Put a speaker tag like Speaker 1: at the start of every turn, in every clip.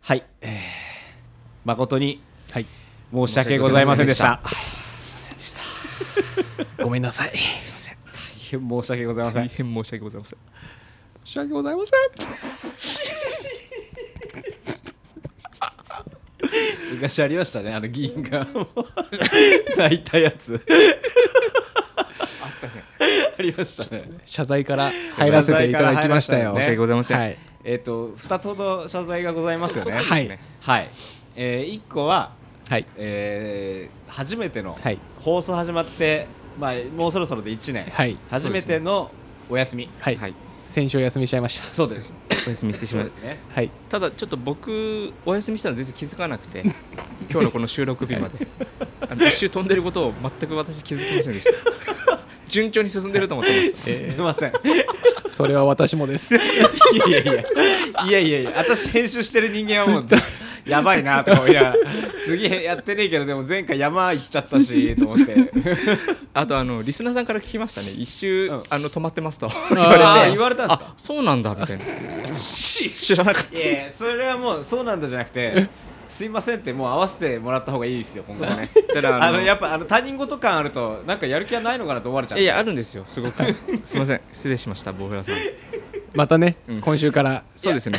Speaker 1: はい、えー誠に
Speaker 2: はい
Speaker 1: 申し訳ございませんでした。
Speaker 2: ごめんなさい
Speaker 1: 大変申し訳ございませ
Speaker 2: 大
Speaker 1: ん。
Speaker 2: 変申し訳ございません申し訳ございません
Speaker 1: 昔ありましたね、あの議員 が泣いたやつ。ありましたね。
Speaker 2: 謝罪から入らせていただきました
Speaker 1: 謝罪から入らせた
Speaker 2: よ
Speaker 1: よね申し訳
Speaker 3: ございません
Speaker 2: はい
Speaker 1: えっ、と、2つほど謝罪がございますよね。
Speaker 2: そうそう
Speaker 1: はい。
Speaker 2: い
Speaker 1: はい、え1個は、
Speaker 2: はい
Speaker 1: えー初めての、
Speaker 2: はい
Speaker 1: 放送始まって、まあ、もうそろそろで1年、
Speaker 2: はい
Speaker 1: 初めてのお休み。
Speaker 2: はい、
Speaker 3: はい
Speaker 2: 先週お休みしちゃいました
Speaker 1: そうです。
Speaker 3: お休みしてし
Speaker 1: そう
Speaker 3: ま
Speaker 1: で
Speaker 3: う
Speaker 1: すね。
Speaker 2: はい
Speaker 3: ただちょっと僕お休みしたの全然気づかなくて今日のこの収録日まであの一周飛んでることを全く私気づきませんでした順調に進んでると思ってまし
Speaker 1: すいません。
Speaker 2: それは私もです
Speaker 1: いやいやいや、いやいやいや、私編集してる人間はもう、やばいなと思いながら、次やってねえけど、でも前回山行っちゃったし、 と思って。
Speaker 3: たあとあのリスナーさんから聞きましたね一周、
Speaker 1: うん
Speaker 3: あの止まってますと
Speaker 1: ああ、
Speaker 2: あ
Speaker 1: 言われたんです
Speaker 3: あ
Speaker 1: か
Speaker 3: そうなんだみたいな知らなかっ
Speaker 1: いやいや、それはもう、そうなんだじゃなくて、すいませんって、もう合わせてもらった方がいいですよ、今後
Speaker 3: た
Speaker 1: は
Speaker 3: ね
Speaker 1: ね。
Speaker 3: だから
Speaker 1: あのやっぱあの他人事感あるとなんかやる気はないのかなと思われちゃう
Speaker 3: いやあるんですよすごくすいません失礼しましたボウフラさん
Speaker 2: またね、
Speaker 3: うん
Speaker 2: 今週から
Speaker 3: そうですね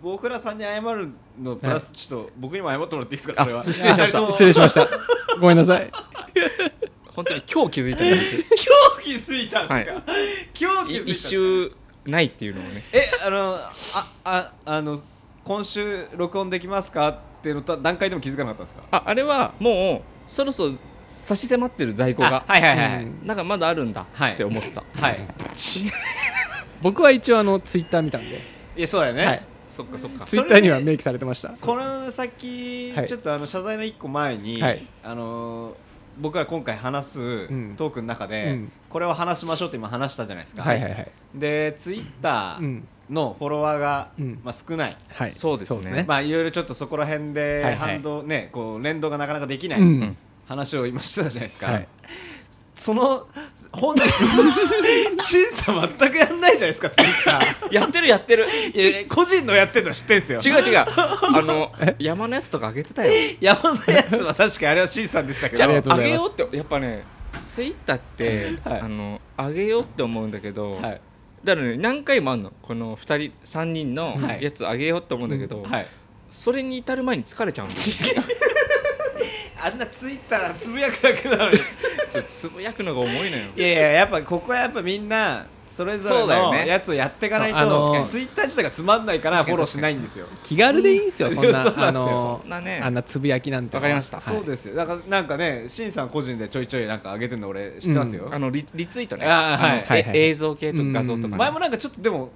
Speaker 1: 僕らさんに謝るのプラスちょっと僕にも謝ってもらっていいですかそれは
Speaker 3: あ失礼しました
Speaker 1: いや
Speaker 2: 失礼 しましたごめんなさい
Speaker 3: 本当に今日気づいたんだけ
Speaker 1: 今日気づいたんですか、
Speaker 3: は
Speaker 1: 今日気づいたん
Speaker 3: ど
Speaker 1: で
Speaker 3: 一
Speaker 1: すか
Speaker 3: 周ないっていうのをね
Speaker 1: えあのあああの今週録音できますかっていうのと段階でも気づかなかったんですか
Speaker 3: ああれはもうそろそろ差し迫ってる在庫が
Speaker 1: あはいはいはいはい、
Speaker 2: うん
Speaker 3: なんかまだあるんだ
Speaker 1: はい
Speaker 3: って思ってた、
Speaker 1: はい
Speaker 2: 僕は一応あのツイッター見たんで、
Speaker 1: い やそうだよね、
Speaker 2: はい、
Speaker 3: そっかそっか
Speaker 2: ツイッターには明記されてました
Speaker 1: この先、
Speaker 2: はい
Speaker 1: ちょっとあの謝罪の一個前に、
Speaker 2: はい
Speaker 1: あの僕ら今回話す
Speaker 2: ん
Speaker 1: トークの中で、
Speaker 2: うん
Speaker 1: これを話しましょうって今話したじゃないですか、
Speaker 2: はいはいはい
Speaker 1: でツイッタ
Speaker 2: う
Speaker 1: ー
Speaker 2: ん
Speaker 1: のフォロワーが、
Speaker 2: うん
Speaker 1: まあ、少ない、
Speaker 2: はい
Speaker 3: そうですね
Speaker 1: まあいろいろちょっとそこら辺
Speaker 2: は
Speaker 1: で
Speaker 2: いはい
Speaker 1: 反動、ねこう連動がなかなかできない
Speaker 2: うん
Speaker 3: うん
Speaker 1: 話を今してたじゃないですか、
Speaker 2: はい
Speaker 1: その本人審査全くやんないじゃないですかツイッター
Speaker 3: やってるやってる
Speaker 1: いや個人のやってるの知ってんすよ
Speaker 3: 違う違うあの山のやつとかあげて たよ
Speaker 1: 山のやつは確かにあれは審査でしたけ
Speaker 2: じ
Speaker 1: ど
Speaker 2: ゃありがとう
Speaker 3: あ
Speaker 2: ござ
Speaker 3: げ
Speaker 2: います
Speaker 3: ようってやっぱねツイッターって、
Speaker 1: はい
Speaker 3: あのあげようって思うんだけど、
Speaker 1: はい
Speaker 3: だからね何回もあんのこの2人3人の
Speaker 1: はい
Speaker 3: やつあげようって思うんだけど、
Speaker 1: はい
Speaker 3: それに至る前に疲れちゃうん だよ
Speaker 1: あんなツイッターつぶやくだけなのに
Speaker 3: ちょっとつぶやくのが重いのよ
Speaker 1: いやいややっぱここはやっぱみんなそれぞれ
Speaker 3: そうだよ
Speaker 1: の
Speaker 3: ね
Speaker 1: やつをやっていかないと、
Speaker 2: そうあのー
Speaker 1: ツイッター自体がつまんないからフォローしないんですよ
Speaker 2: 気軽でいいんすよ、
Speaker 1: うん
Speaker 2: そん
Speaker 1: そうなんですよ
Speaker 2: なあの
Speaker 3: そんなね
Speaker 2: あんなつぶやきなんて
Speaker 3: わかりました
Speaker 2: はい
Speaker 1: そうですよだからなんかねしんさん個人でちょいちょいなんか上げてるの俺知ってますよ、
Speaker 3: あのリリツイートね
Speaker 1: あーはい
Speaker 3: あのえ
Speaker 2: はいはい
Speaker 3: 映像系とか画像とか、
Speaker 2: う
Speaker 3: ね、
Speaker 2: ん
Speaker 1: 前もなんかちょっとでも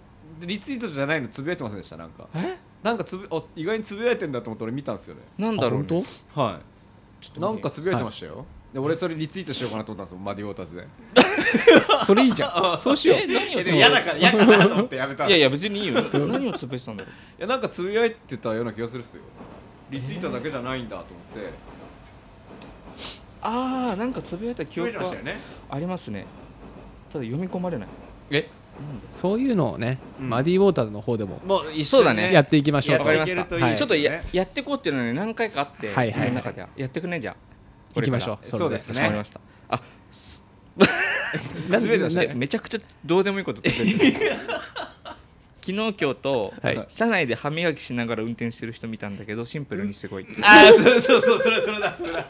Speaker 1: リツイートじゃないのつぶやいてませんでしたなんか
Speaker 3: え
Speaker 1: なんかつぶあ意外につぶやいてんだと思って俺見たんですよね
Speaker 3: なんだろう、ね、
Speaker 2: あ本
Speaker 1: は
Speaker 3: ちょっ
Speaker 1: い
Speaker 3: と
Speaker 1: な
Speaker 3: 待
Speaker 1: ん
Speaker 3: って
Speaker 1: かつぶやいてましたよ、で俺それリツイートしようかなと思ったんですよマディウォーターズで
Speaker 2: 当それいいじゃんそうしよ
Speaker 3: え
Speaker 2: う
Speaker 3: 何をつぶやいて
Speaker 1: 嫌だから嫌かなと思ってやめた
Speaker 3: いやいや別にいいよ 何をつぶやいてたんだろう
Speaker 1: いやなんかつぶやいてたような気がするっすよリツイートだけじゃないんだと思って、
Speaker 3: ああなんかつぶやいた
Speaker 1: つ
Speaker 3: 記
Speaker 1: ぶやいて
Speaker 3: 憶
Speaker 1: まし
Speaker 3: は
Speaker 1: たよね
Speaker 3: ありますねただ読み込まれない
Speaker 1: え
Speaker 2: そういうのをね、
Speaker 1: うん
Speaker 2: マディウォーターズの方でも
Speaker 1: もう一緒
Speaker 3: そう
Speaker 1: に
Speaker 3: だ
Speaker 1: ね
Speaker 3: ね
Speaker 2: やっていきましょう
Speaker 1: や
Speaker 2: と
Speaker 1: ってい
Speaker 3: わか
Speaker 1: け
Speaker 3: り
Speaker 1: る
Speaker 3: ま
Speaker 1: といい
Speaker 2: は
Speaker 1: で
Speaker 2: い
Speaker 1: す
Speaker 3: ちょ
Speaker 1: よ
Speaker 3: っ
Speaker 1: ね
Speaker 3: とややってこうっていうのはね何回かあって、
Speaker 2: はいは
Speaker 3: 自分
Speaker 2: いはい
Speaker 3: の中ではやってくんねじゃん
Speaker 2: 行きましょう
Speaker 1: そう
Speaker 2: れ
Speaker 1: で
Speaker 2: です
Speaker 3: す
Speaker 1: ね
Speaker 3: ねわかりましたあ
Speaker 2: な
Speaker 1: 全てを知って
Speaker 2: な
Speaker 3: めちゃくちゃどうでもいいことつぶやいてる昨日今日と、
Speaker 2: はい
Speaker 3: 車内で歯磨きしながら運転してる人見たんだけどシンプルにすごいって、い
Speaker 1: ああそれそうそうそれそれだそれだ
Speaker 3: や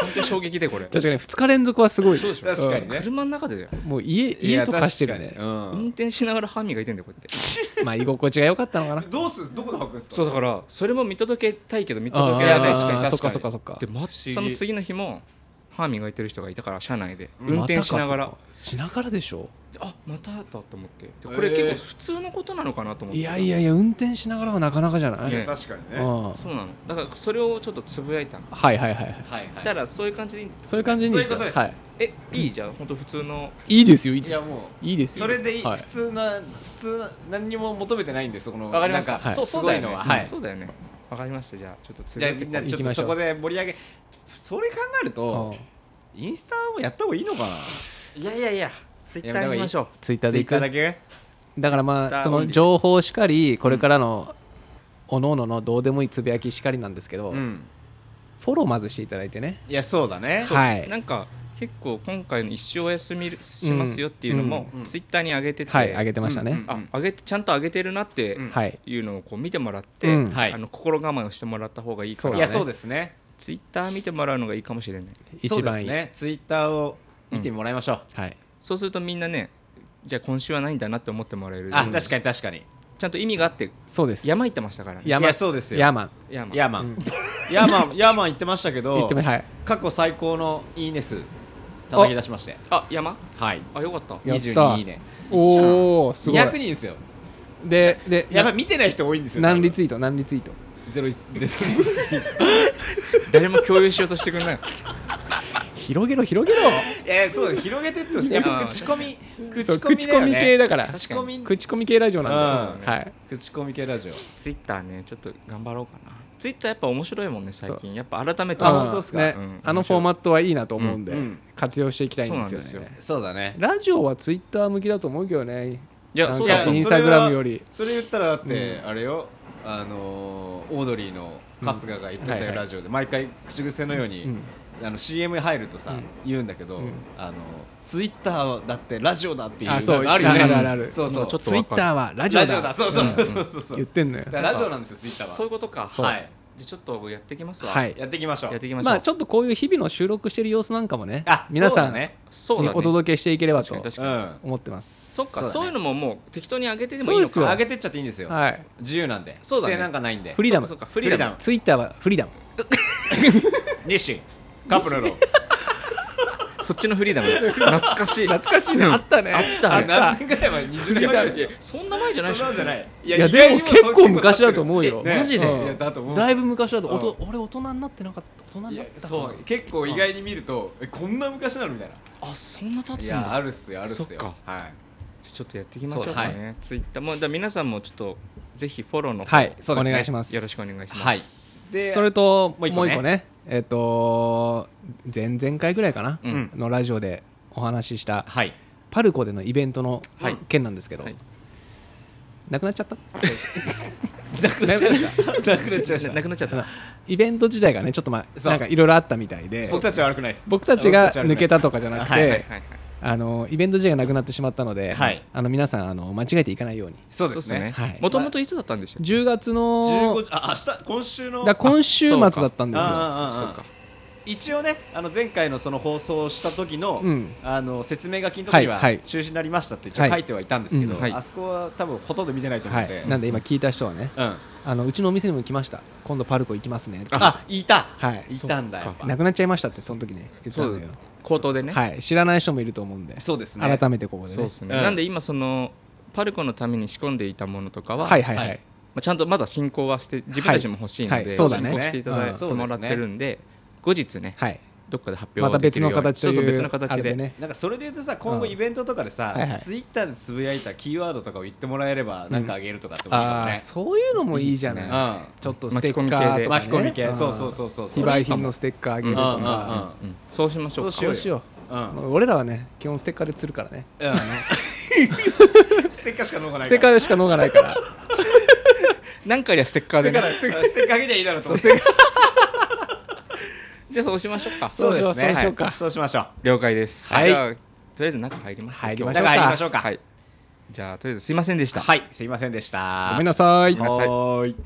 Speaker 3: 本当に衝撃でこれ
Speaker 2: 確かに2日連続はすごい
Speaker 3: そうでしょ
Speaker 1: 確かにね
Speaker 3: 車の中でだよ
Speaker 2: うんもう家家とかしてるね
Speaker 1: いや確、か
Speaker 3: 運
Speaker 1: に
Speaker 3: 転しながら歯磨いてんだよこうやって
Speaker 2: まあ居心地が良かったのかな
Speaker 1: うん、どうすどこで履くんですか
Speaker 3: そうだからそれも見届けたいけど見
Speaker 2: あ
Speaker 3: 届けられない
Speaker 1: や
Speaker 3: し
Speaker 1: 確かに確か
Speaker 2: ー
Speaker 1: に
Speaker 2: そっかそっかそっか
Speaker 3: でま
Speaker 1: 議
Speaker 3: その次の日も歯磨いてる人がいたから車内で
Speaker 1: うん
Speaker 3: 運転しながら、
Speaker 2: またかとしながらでしょ
Speaker 3: あまただと思ってでこ
Speaker 1: え
Speaker 3: れ
Speaker 1: ー
Speaker 3: 結構普通のことなのかなと思って
Speaker 2: いやいやいや運転しながらはなかなかじゃない、
Speaker 3: いや
Speaker 1: ね確かにね
Speaker 2: うんはい
Speaker 3: そうなのだからそれをちょっとつぶやいたの
Speaker 2: はいはいはい
Speaker 1: はい
Speaker 3: だからそういう感じでいいんだ
Speaker 2: そういう感じに
Speaker 1: そういうことです
Speaker 2: はい、
Speaker 3: えいいじゃん本当普通の
Speaker 2: いいですよいいで
Speaker 1: い
Speaker 2: す
Speaker 1: や
Speaker 2: よ
Speaker 1: もう
Speaker 2: いいですよ
Speaker 1: それでいい、
Speaker 2: はい
Speaker 1: 普通な普通な何にも求めてないんですこの
Speaker 3: わかりまし
Speaker 1: な
Speaker 3: た
Speaker 1: ん
Speaker 2: はい
Speaker 3: そう
Speaker 1: す
Speaker 3: そう
Speaker 1: ご
Speaker 3: だ
Speaker 1: い
Speaker 3: よね
Speaker 1: のはは
Speaker 3: うん
Speaker 1: い
Speaker 3: そうだよねわかりましたじゃあちょっとつぶ
Speaker 1: じゃあ
Speaker 3: やい
Speaker 1: み
Speaker 3: て
Speaker 1: ん
Speaker 3: こ
Speaker 1: な
Speaker 3: う
Speaker 1: ちょっ
Speaker 2: 行き
Speaker 1: と
Speaker 2: ましょ
Speaker 1: そうこで盛り上げそれ考える
Speaker 2: うん
Speaker 1: とインスタもやった方がいいのかない
Speaker 3: やいやいやツイッター行きましょう
Speaker 2: ツイッターでいく
Speaker 1: だけ
Speaker 2: だからまあ
Speaker 3: だ
Speaker 2: そ
Speaker 3: オン
Speaker 2: の
Speaker 3: リー
Speaker 2: 情報しかりこれからのおのおののどうでもいいつぶやきしかりなんですけど、
Speaker 1: うん
Speaker 2: フォローまずしていただいてね
Speaker 1: いやそうだね
Speaker 3: そう
Speaker 2: はい
Speaker 3: なんか結構今回の一生お休みしますよっていうのも、
Speaker 1: うんうん
Speaker 3: ツイッターに上げてて、
Speaker 2: はい上げてましたね、
Speaker 1: うんうん
Speaker 3: あ上げてちゃんと上げてるなって
Speaker 1: うん
Speaker 2: はい
Speaker 3: いうのをこう見てもらって、
Speaker 2: うん
Speaker 1: はい
Speaker 3: あの心構えをしてもらった方がいいか
Speaker 2: そうだ
Speaker 3: ら、
Speaker 2: ね
Speaker 1: いやそうですね
Speaker 3: ツイッター見てもらうのがいいかもしれない
Speaker 2: 一番いい、
Speaker 1: そうですねツイッターを見てもらいましょう、
Speaker 2: はい
Speaker 3: そうするとみんなねじゃあ今週はないんだなって思ってもらえる
Speaker 1: あ
Speaker 2: うん
Speaker 1: 確かに確かに
Speaker 3: ちゃんと意味があって
Speaker 2: そうです
Speaker 3: 山行ってましたからね
Speaker 1: い
Speaker 2: 山
Speaker 1: やそうですよ
Speaker 2: 山
Speaker 3: 山
Speaker 1: ヤーマン、ヤーマンヤーマン言ってましたけ
Speaker 2: 言
Speaker 1: ど
Speaker 2: ってみはい
Speaker 1: 過去最高のいいね数叩き出しまして
Speaker 3: あ山
Speaker 1: はい
Speaker 3: あよかった
Speaker 2: やった
Speaker 1: 22いいね
Speaker 2: おおすごい
Speaker 1: 200人ですよ
Speaker 2: でで
Speaker 1: やっぱ見てない人多いんですよ
Speaker 2: 何リツイート何リツイート
Speaker 1: ゼ ロ一ゼロ一
Speaker 3: 誰も共有しようとしてくれない
Speaker 2: 広げろ広げろ
Speaker 1: いやいやそうです広げてってほしいやっぱ口コミ
Speaker 2: そ
Speaker 1: 口
Speaker 2: う
Speaker 1: コミ
Speaker 2: 口コミ系
Speaker 1: だよね
Speaker 2: だから
Speaker 1: 口コミ
Speaker 2: 口コミ系ラジオなんです
Speaker 1: うん
Speaker 2: よ、はい
Speaker 1: 口コミ系ラジオ
Speaker 3: ツイッターねちょっと頑張ろうかなツイッターやっぱ面白いもんね最
Speaker 2: そ
Speaker 3: 近やっぱ改めて
Speaker 1: あ
Speaker 3: 思う
Speaker 1: 本当っすか
Speaker 2: ね
Speaker 3: うん
Speaker 2: あのフォーマットはいいなと思うんで、
Speaker 1: うんうん
Speaker 2: 活用していきたいんです
Speaker 3: そうな
Speaker 2: よね
Speaker 3: んで
Speaker 1: そうだね
Speaker 2: ラジオはツイッター向きだと思うけどね
Speaker 3: いや
Speaker 2: なんか
Speaker 3: そうだと思う
Speaker 2: インスタグラムより
Speaker 1: それ言ったらだって、
Speaker 2: うん
Speaker 1: あれよあのーオードリーの春日が言ってたよ、
Speaker 2: うんはいはい
Speaker 1: ラジオで毎回口癖のように、
Speaker 2: うん
Speaker 1: あの CM 入るとさ、
Speaker 2: うん
Speaker 1: 言うんだけど、
Speaker 2: うん
Speaker 1: あのツイッターだってラジオだっていう
Speaker 2: あそう
Speaker 1: なんかあるよね
Speaker 2: あるあるある
Speaker 1: そうそう
Speaker 3: もうちょっと
Speaker 2: ツイッターはラジオだ
Speaker 1: そうそうそうそうそうそう
Speaker 2: 言ってんのよ
Speaker 1: だからラジオなんですよツイッターは
Speaker 3: そういうことか
Speaker 1: そう
Speaker 3: はいじゃあちょっとやってきますわ
Speaker 2: はい
Speaker 1: やっていきましょう
Speaker 3: やっていきましょう
Speaker 2: まあちょっとこういう日々の収録してる様子なんかもね
Speaker 1: あ
Speaker 2: 皆さ
Speaker 1: そうんだ
Speaker 2: に
Speaker 1: ね
Speaker 3: そうだね
Speaker 2: お届けしていければ
Speaker 3: 確か
Speaker 2: と
Speaker 3: に確
Speaker 1: う
Speaker 3: かに
Speaker 1: ん
Speaker 2: 思ってます
Speaker 3: そっ
Speaker 1: そ
Speaker 3: か
Speaker 1: うだね
Speaker 3: そういうのももう適当に上げてでもいいの
Speaker 2: そう
Speaker 1: 上
Speaker 3: か
Speaker 1: げてっちゃっていいんですよ
Speaker 2: はい
Speaker 1: 自由なんで
Speaker 3: そうだね
Speaker 1: 規制なんかないんで
Speaker 2: フリーダム
Speaker 3: そうかそうかフリーダム
Speaker 2: ツイッターはフリーダム
Speaker 1: 日清カップルの
Speaker 3: そっちのフリーダム懐かしい懐かしい
Speaker 2: あったね
Speaker 3: あった
Speaker 1: あ
Speaker 3: ね
Speaker 1: 何年ぐらい前20年前ですよ
Speaker 3: そんな前じゃないでし
Speaker 1: そ
Speaker 3: ょ
Speaker 1: んなんじゃないい
Speaker 2: いやでも結構昔だと思うよ
Speaker 1: ね
Speaker 3: マジで
Speaker 2: うん
Speaker 1: いやだと思う
Speaker 2: だいぶ昔だとおと
Speaker 1: う
Speaker 2: 俺大人になってなかった大人
Speaker 1: い
Speaker 2: にな
Speaker 1: や
Speaker 2: ったかな
Speaker 1: そう結構意外に見るとえこんな昔なのみたいな
Speaker 3: あそんな経つ
Speaker 1: い
Speaker 3: ん
Speaker 1: やあ
Speaker 3: だ
Speaker 1: るっすよあるっすよ
Speaker 3: そっか
Speaker 1: はい
Speaker 3: ちょっとやっていきましょう
Speaker 1: そうだは
Speaker 3: かねツイッターもうだから皆さんもちょっとぜひフォローの方
Speaker 2: は
Speaker 3: よ
Speaker 2: い
Speaker 1: そう
Speaker 2: お
Speaker 1: ですね
Speaker 2: 願いします
Speaker 3: ろしくお願いします
Speaker 1: はいで
Speaker 2: それと
Speaker 1: も
Speaker 2: も
Speaker 1: う一
Speaker 2: う一
Speaker 1: 個
Speaker 2: 個
Speaker 1: ね
Speaker 2: ねえっと前々回ぐらいかな
Speaker 3: うん
Speaker 1: うん
Speaker 2: のラジオでお話しした
Speaker 1: はい
Speaker 2: パルコでのイベントの
Speaker 3: はい
Speaker 2: 件なんですけど
Speaker 3: はい
Speaker 2: なくなっちゃった
Speaker 1: なくなっちゃいましたなくなっちゃいま
Speaker 3: な
Speaker 1: し
Speaker 3: な
Speaker 1: た
Speaker 3: くなっちゃったな
Speaker 2: イベント自体がねちょっとま
Speaker 1: そ
Speaker 2: あ
Speaker 1: う
Speaker 2: なんかいろいろあったみたいで
Speaker 1: 僕たちは悪くないです
Speaker 2: 僕たちが抜けたとかじゃなく
Speaker 1: はいはい
Speaker 2: て
Speaker 3: はいはい
Speaker 2: あのイベント自体がなくなってしまったので
Speaker 1: はい
Speaker 2: あの皆さんあの間違えていかないように
Speaker 1: そうですね
Speaker 2: はい
Speaker 3: もともといつだったんでしたっけ
Speaker 2: 10月の
Speaker 1: 15あ明日今週の
Speaker 2: だから今週末だったんです
Speaker 1: ああ
Speaker 2: よ
Speaker 1: ああ
Speaker 3: そうか
Speaker 1: 一応ねあの前回のその放送した時の、
Speaker 2: うん
Speaker 1: あの説明書きの時には
Speaker 2: はいはい
Speaker 1: 中止になりましたって一応書いてはいたんですけど、
Speaker 3: はいうんはい
Speaker 1: あそこは多分ほとんど見てないと思う
Speaker 2: は
Speaker 1: んで、
Speaker 2: いなんで今聞いた人はね
Speaker 1: うん
Speaker 2: あのうちのお店にも来ました今度パルコ行きますね
Speaker 1: あいた
Speaker 2: はい
Speaker 1: いたんだやっぱ
Speaker 2: なくなっちゃいましたってその時ね言ったんだけ
Speaker 3: そう
Speaker 2: ど
Speaker 3: 口頭でね
Speaker 2: はい知らない人もいると思うんで
Speaker 1: そうですね
Speaker 2: 改めてここで
Speaker 3: そう
Speaker 2: ね
Speaker 3: ですね
Speaker 1: うん
Speaker 3: なんで今そのパルコのために仕込んでいたものとかは
Speaker 2: はいはいは
Speaker 1: はい
Speaker 2: い
Speaker 3: まあちゃんとまだ進行はして自分たちも欲しいの
Speaker 2: はいは
Speaker 3: で
Speaker 2: いそうだ
Speaker 1: ね
Speaker 3: 進行していただいて
Speaker 1: うん
Speaker 3: もらってるんで後日ね
Speaker 2: はい
Speaker 3: どっかで発表
Speaker 2: また
Speaker 3: でき
Speaker 2: 別
Speaker 3: るよう
Speaker 2: の
Speaker 3: に
Speaker 2: 形と
Speaker 3: そうそう
Speaker 2: い
Speaker 3: 別
Speaker 2: う
Speaker 3: の
Speaker 2: あ
Speaker 3: 形
Speaker 2: れ
Speaker 3: で
Speaker 2: でね
Speaker 1: なんかそれで言うとさ今後
Speaker 2: うん
Speaker 1: イベントとかでさ、
Speaker 2: はいはい
Speaker 1: ツイッターでつぶやいたキーワードとかを言ってもらえれば
Speaker 2: ん
Speaker 1: なんかあげるとかってもいいよ
Speaker 2: ああ
Speaker 1: ね、
Speaker 2: そういうのもいいじゃ
Speaker 3: いいっ
Speaker 2: ないちょっとステッカーとかね
Speaker 1: 巻き込み系、
Speaker 2: うん
Speaker 1: そうそうそうそう
Speaker 2: 非売品のステッカーあげると
Speaker 1: うんうんうん
Speaker 2: か
Speaker 3: うんそうしましょう
Speaker 1: そ
Speaker 3: か
Speaker 1: う
Speaker 2: どうしよ
Speaker 1: うん、
Speaker 2: う俺らはね基本ステッカーで釣るからね
Speaker 1: うんステッカーしか残らない
Speaker 2: ステッカーでしか脳がないから
Speaker 3: なんかよりはステッカーでね
Speaker 1: ステッカーステッカーあげりゃいいだろうと思って
Speaker 3: じゃあそうしましょうか
Speaker 2: そうしよう
Speaker 1: ですね
Speaker 2: そうしようか
Speaker 1: はいそうしましょう
Speaker 3: 了解です
Speaker 2: はい
Speaker 3: じゃあとりあえず中入ります
Speaker 2: 入り
Speaker 1: だ
Speaker 2: まし
Speaker 1: か
Speaker 2: ょう
Speaker 1: ら入りましょうか、
Speaker 3: はいじゃあとりあえずすいませんでした
Speaker 1: はい、すいませんでした。
Speaker 2: ごめんなさい
Speaker 3: ごめんなさい
Speaker 1: はーい。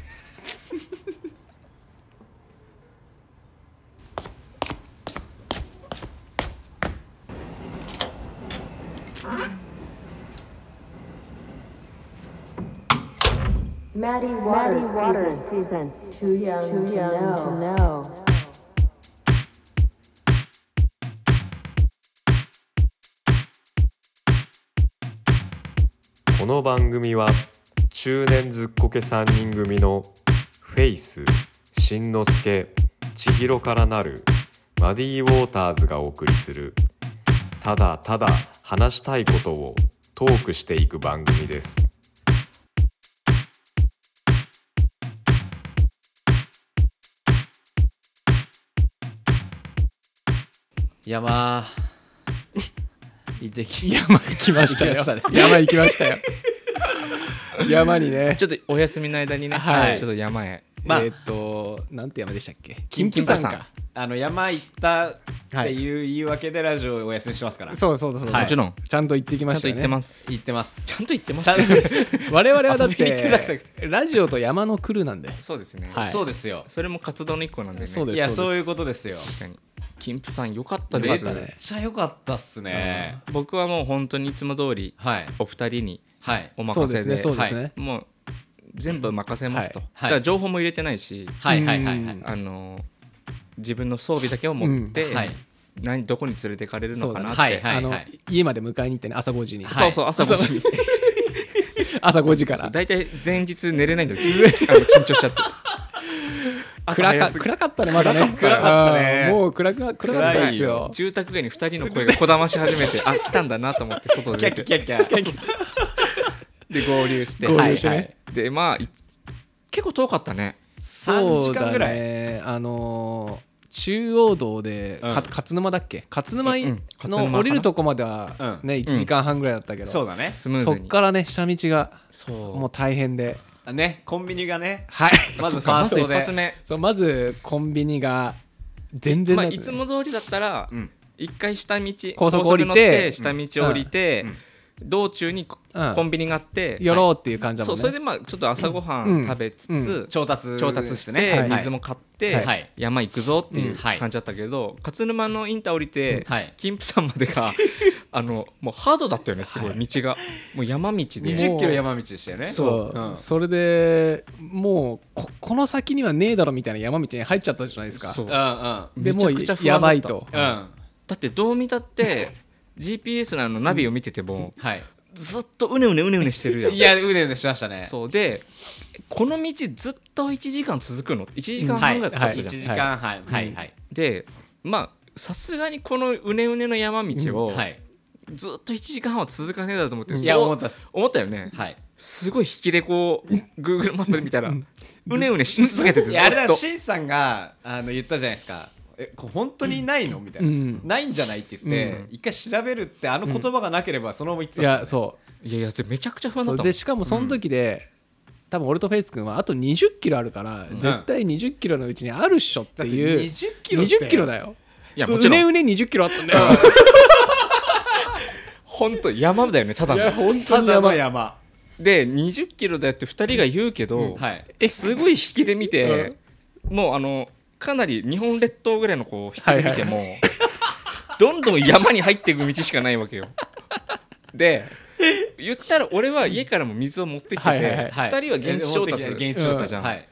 Speaker 4: Maddie Waters, presents, Too Young, to, know.
Speaker 5: この番組は中年ずっこけ3人組のフェイスしんのすけ千尋からなるマディウォーターズがお送りするただただ話したいことをトークしていく番組です。
Speaker 1: 山。 行ってき。山来ま
Speaker 2: 来ましたよ山行きましたよ山にね
Speaker 3: ちょっとお休みの間にね、
Speaker 2: はい
Speaker 3: ちょっと山へ。
Speaker 1: まあ
Speaker 2: えーっとなんて山でしたっけ
Speaker 3: 金金山
Speaker 2: か
Speaker 1: あの山行ったっていう言い訳でラジオお休みしてますから、
Speaker 2: そうそうそうそう、
Speaker 1: はい
Speaker 3: もちろん
Speaker 2: ちゃんと行ってきま
Speaker 3: ちゃ
Speaker 2: し
Speaker 3: んと行
Speaker 2: たよ
Speaker 3: っ
Speaker 2: ね
Speaker 3: てます。
Speaker 1: 行ってます
Speaker 3: ちゃんと行ってま
Speaker 1: ち
Speaker 3: す
Speaker 1: ゃんと
Speaker 2: 我々はだっ
Speaker 3: 遊びに行ってなか
Speaker 2: てラジオと山の来るなんで
Speaker 3: そうですね。
Speaker 2: はい
Speaker 1: そうですよ
Speaker 3: それも活動の一個なんでね。
Speaker 2: そうです
Speaker 1: いやそういうことですよ
Speaker 3: 確かに。金プさん良かった
Speaker 2: 良
Speaker 3: で
Speaker 2: かっ
Speaker 3: す。
Speaker 2: た
Speaker 1: めっ
Speaker 2: ね
Speaker 1: ちゃ良かったっすね、
Speaker 3: 僕はもう本当にいつも通り
Speaker 1: はい
Speaker 3: お二人に
Speaker 1: はい
Speaker 3: お任
Speaker 2: そうで
Speaker 3: せ
Speaker 2: すね
Speaker 3: で、
Speaker 2: そうですね、
Speaker 3: もう全部任せますと。
Speaker 2: は
Speaker 1: はい
Speaker 3: だから情報も入れてないし、
Speaker 1: はいはいはいは
Speaker 2: う
Speaker 1: い
Speaker 2: ん
Speaker 3: あの自分の装備だけを持って、
Speaker 1: うんはい
Speaker 3: 何どこに連れてかれるのかなって。
Speaker 1: そうだねはい
Speaker 2: あの、
Speaker 1: はい
Speaker 2: 家まで迎えに行ってね朝5時に、
Speaker 1: は
Speaker 3: そうそう朝5時に。
Speaker 2: 朝5時か
Speaker 3: そう
Speaker 2: ら
Speaker 3: 大体前日寝れないん だよあの緊張しちゃって朝
Speaker 2: 暗
Speaker 3: 早
Speaker 2: か
Speaker 3: すぎ
Speaker 2: 暗かったねまだね
Speaker 1: 暗かったね
Speaker 2: あーもう暗くな暗かったですよ
Speaker 3: 住宅街に2人の声がこだまし始めてあ来たんだなと思って外
Speaker 1: キャ
Speaker 3: 出
Speaker 1: ッキャ
Speaker 3: て
Speaker 1: ッキャッキャッ
Speaker 3: で合流して
Speaker 2: 合流してね
Speaker 3: はいはいでまあい結構遠かったね
Speaker 1: 3時間ぐらい、
Speaker 2: ねあのー中央道で、
Speaker 1: うん
Speaker 2: か勝沼だっけ勝沼
Speaker 3: うんうん勝沼か
Speaker 2: の
Speaker 3: な
Speaker 2: 降りるとこまでは
Speaker 1: うん
Speaker 2: ね、1時間半ぐらいだったけど、
Speaker 1: そうだね
Speaker 3: スムー
Speaker 2: そ
Speaker 3: ズ
Speaker 2: っ
Speaker 3: に
Speaker 2: からね下道が
Speaker 3: そう
Speaker 2: もう大変で
Speaker 1: ねコンビニがね
Speaker 2: はい
Speaker 1: まず
Speaker 3: そっ
Speaker 1: フ
Speaker 3: か
Speaker 1: ァー
Speaker 3: ま
Speaker 1: ス
Speaker 3: ず一
Speaker 1: トで
Speaker 3: 発目
Speaker 2: そうまずコンビニが全然
Speaker 3: まあ
Speaker 2: なく
Speaker 3: い
Speaker 2: て
Speaker 3: つも通りだったら
Speaker 1: うん
Speaker 3: 一回下道
Speaker 2: 高速降りて
Speaker 3: 乗って下道降りて
Speaker 1: うんうん
Speaker 3: 道中にコ
Speaker 2: うん
Speaker 3: コンビニがあって
Speaker 2: 寄ろうっていう感じだ
Speaker 3: そ
Speaker 2: も
Speaker 3: うん
Speaker 2: ね、
Speaker 3: それでまあちょっと朝ごは
Speaker 2: うん
Speaker 3: ん食べつ
Speaker 2: う
Speaker 3: つ
Speaker 1: 調達
Speaker 3: 調達して、
Speaker 1: はい
Speaker 3: 水も買って、
Speaker 1: はい
Speaker 3: 山行くぞっていう
Speaker 1: うんはい
Speaker 3: 感じだったけど、勝沼のインター降りて、
Speaker 1: はい
Speaker 3: 金峰山ま でがあのもうハードだったよねすごい、道がもう山道
Speaker 1: 2
Speaker 3: で
Speaker 1: 0キロ山道でしたよね
Speaker 2: そう、
Speaker 1: うん
Speaker 2: それでもうここの先にはねえだろみたいな山道に入っちゃったじゃないですか
Speaker 3: そう
Speaker 1: うんうん
Speaker 2: で
Speaker 3: めち
Speaker 2: も
Speaker 3: ゃ
Speaker 2: う
Speaker 3: くちゃ不安だった
Speaker 2: やばいと
Speaker 1: うん
Speaker 3: だってどう見たって GPS のあのナビを見てても、
Speaker 1: はい
Speaker 3: ずっとうねうねうねうねしてるやん
Speaker 1: いやうねうねしましたね
Speaker 3: そうでこの道ずっと1時間続くの1時間
Speaker 1: は
Speaker 3: 半
Speaker 1: い
Speaker 3: ぐら
Speaker 1: はい
Speaker 3: かかっ
Speaker 1: い1
Speaker 3: たじゃん、
Speaker 1: 時間はいはいはい
Speaker 3: でまあさすがにこのうねうねの山道を、
Speaker 1: はい
Speaker 3: ずっと1時間半は続かねえだろうと思って、
Speaker 1: いや
Speaker 3: そう
Speaker 1: 思ったっす
Speaker 3: 思ったよね、
Speaker 1: はい
Speaker 3: すごい引きでこう Google マップで見たらうねうねし続けてて
Speaker 1: い
Speaker 3: ず
Speaker 1: やあれ
Speaker 3: っ
Speaker 1: だ
Speaker 3: と
Speaker 1: しんさんがあの言ったじゃないですかえこれ本当にないのみたいな、
Speaker 2: うん
Speaker 1: ないんじゃないって言って、
Speaker 3: うん
Speaker 1: 一回調べるってあの言葉がなければそのまま言って
Speaker 2: い
Speaker 1: たっ
Speaker 2: や
Speaker 1: すよ
Speaker 2: そう
Speaker 3: いやいやでめちゃくちゃ不安
Speaker 2: そ
Speaker 3: だっ
Speaker 2: う
Speaker 3: たもん
Speaker 2: でしかもその時で、多分俺とフェイス君はあと2 0キロあるから、絶対2 0キロのうちにあるっしょっていう
Speaker 1: だって20キロって
Speaker 2: 20キロだよ
Speaker 3: いやもち
Speaker 2: う
Speaker 3: ろ
Speaker 2: ね
Speaker 3: ん
Speaker 2: うね2 0キロあったんだよ
Speaker 3: 本当山だよねただ
Speaker 2: いや
Speaker 3: の
Speaker 2: 本当
Speaker 1: た
Speaker 2: に
Speaker 1: だ
Speaker 2: やば
Speaker 1: の
Speaker 2: い
Speaker 1: 山
Speaker 3: で2 0キロだよって2人が言うけど、
Speaker 1: はい
Speaker 3: えすごい引きで見て、もうあのかなり日本列島ぐらいのこう引きで見ても、どんどん山に入っていく道しかないわけよで言ったら俺は家からも水を持ってきてて、
Speaker 2: は
Speaker 3: 二
Speaker 2: いはいはい
Speaker 1: はい
Speaker 3: 2人は現地調達
Speaker 1: 現地
Speaker 2: 調
Speaker 1: 調
Speaker 2: 達
Speaker 1: 達
Speaker 3: じゃん
Speaker 1: はい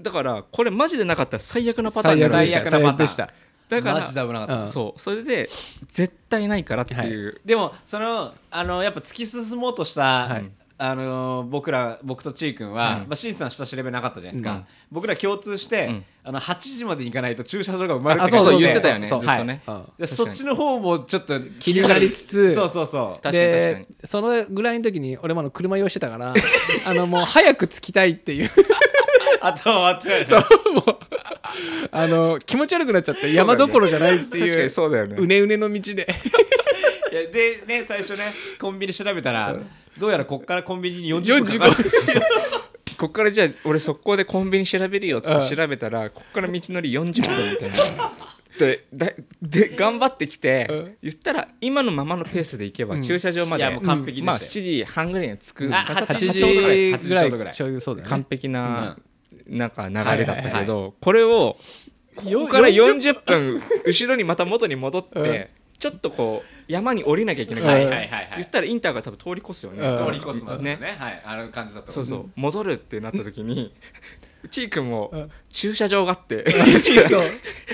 Speaker 3: だからこれマジでなかったら最悪なパターン
Speaker 2: 最
Speaker 3: に
Speaker 2: 悪
Speaker 3: な
Speaker 2: で
Speaker 3: る
Speaker 2: した
Speaker 1: 最悪
Speaker 2: 最
Speaker 1: なパター
Speaker 2: 悪で
Speaker 1: ン
Speaker 2: した
Speaker 3: だから
Speaker 1: マジで危なかった、
Speaker 2: うん
Speaker 3: そうそれで絶対ないからっていう、
Speaker 1: でもそのあのやっぱ突き進もうとした、
Speaker 2: はい
Speaker 1: あの僕ら僕とちーくんは、
Speaker 3: う
Speaker 1: ま
Speaker 3: ん
Speaker 1: あ、しんさん下調べなかったじゃないですか、
Speaker 3: うん
Speaker 1: 僕ら共通して、
Speaker 3: うん
Speaker 1: あの8時までに行かないと駐車場が埋まるって
Speaker 2: あそうそう
Speaker 1: ことで
Speaker 2: 言ってたよ
Speaker 3: ね
Speaker 1: そう
Speaker 3: ずっとね
Speaker 2: うん
Speaker 1: で
Speaker 3: 確かに
Speaker 1: そっちの方もちょっと気
Speaker 2: になりつつ
Speaker 1: そうそうそう
Speaker 3: 確かに確か
Speaker 2: で
Speaker 3: に
Speaker 2: そのぐらいの時に俺もあの車用意してたから あのもう早く着きたいっていう
Speaker 1: 頭回って
Speaker 2: そうもうあの気持ち悪くなっちゃって山どころじゃないっていう
Speaker 3: そうだよ
Speaker 2: うねうねの道で
Speaker 1: いやでね最初ねコンビニ調べたら、どうやらこっからコンビニに40分かか
Speaker 2: 45
Speaker 1: る
Speaker 2: 分
Speaker 3: こっからじゃあ俺速攻でコンビニ調べるよっつって調べたらこっから道のり40分みたいな。でだで頑張ってきて、
Speaker 2: うん
Speaker 3: 言ったら今のままのペースで行けば
Speaker 2: ん
Speaker 3: 駐車場ま
Speaker 1: い
Speaker 3: で、
Speaker 1: やもう完璧でしたよ
Speaker 3: まあ、7時半ぐらいには着く
Speaker 1: あ8
Speaker 2: 8
Speaker 1: 時
Speaker 2: 時ぐら
Speaker 1: 8時ぐら
Speaker 2: い
Speaker 1: い
Speaker 2: ちょうどそうだよね
Speaker 3: 完璧な,、なんか流れだった
Speaker 1: は
Speaker 3: け
Speaker 1: いはい
Speaker 3: ど、これをこ
Speaker 2: よ
Speaker 3: こから
Speaker 2: 40
Speaker 3: 40分後ろにまた元に戻って、
Speaker 2: うん
Speaker 3: ちょっとこう山に降りなきゃいけない、
Speaker 2: は
Speaker 1: はい
Speaker 2: い
Speaker 1: は
Speaker 2: はい
Speaker 1: は
Speaker 2: い
Speaker 1: いは
Speaker 3: 言っ
Speaker 1: い
Speaker 3: たらインターが多分通り越すよね、
Speaker 2: うん
Speaker 1: 通り越しますよねはいあの感じだった
Speaker 3: そうそう戻るってなった時に、ちーくんも
Speaker 2: うん
Speaker 3: 駐車場があって、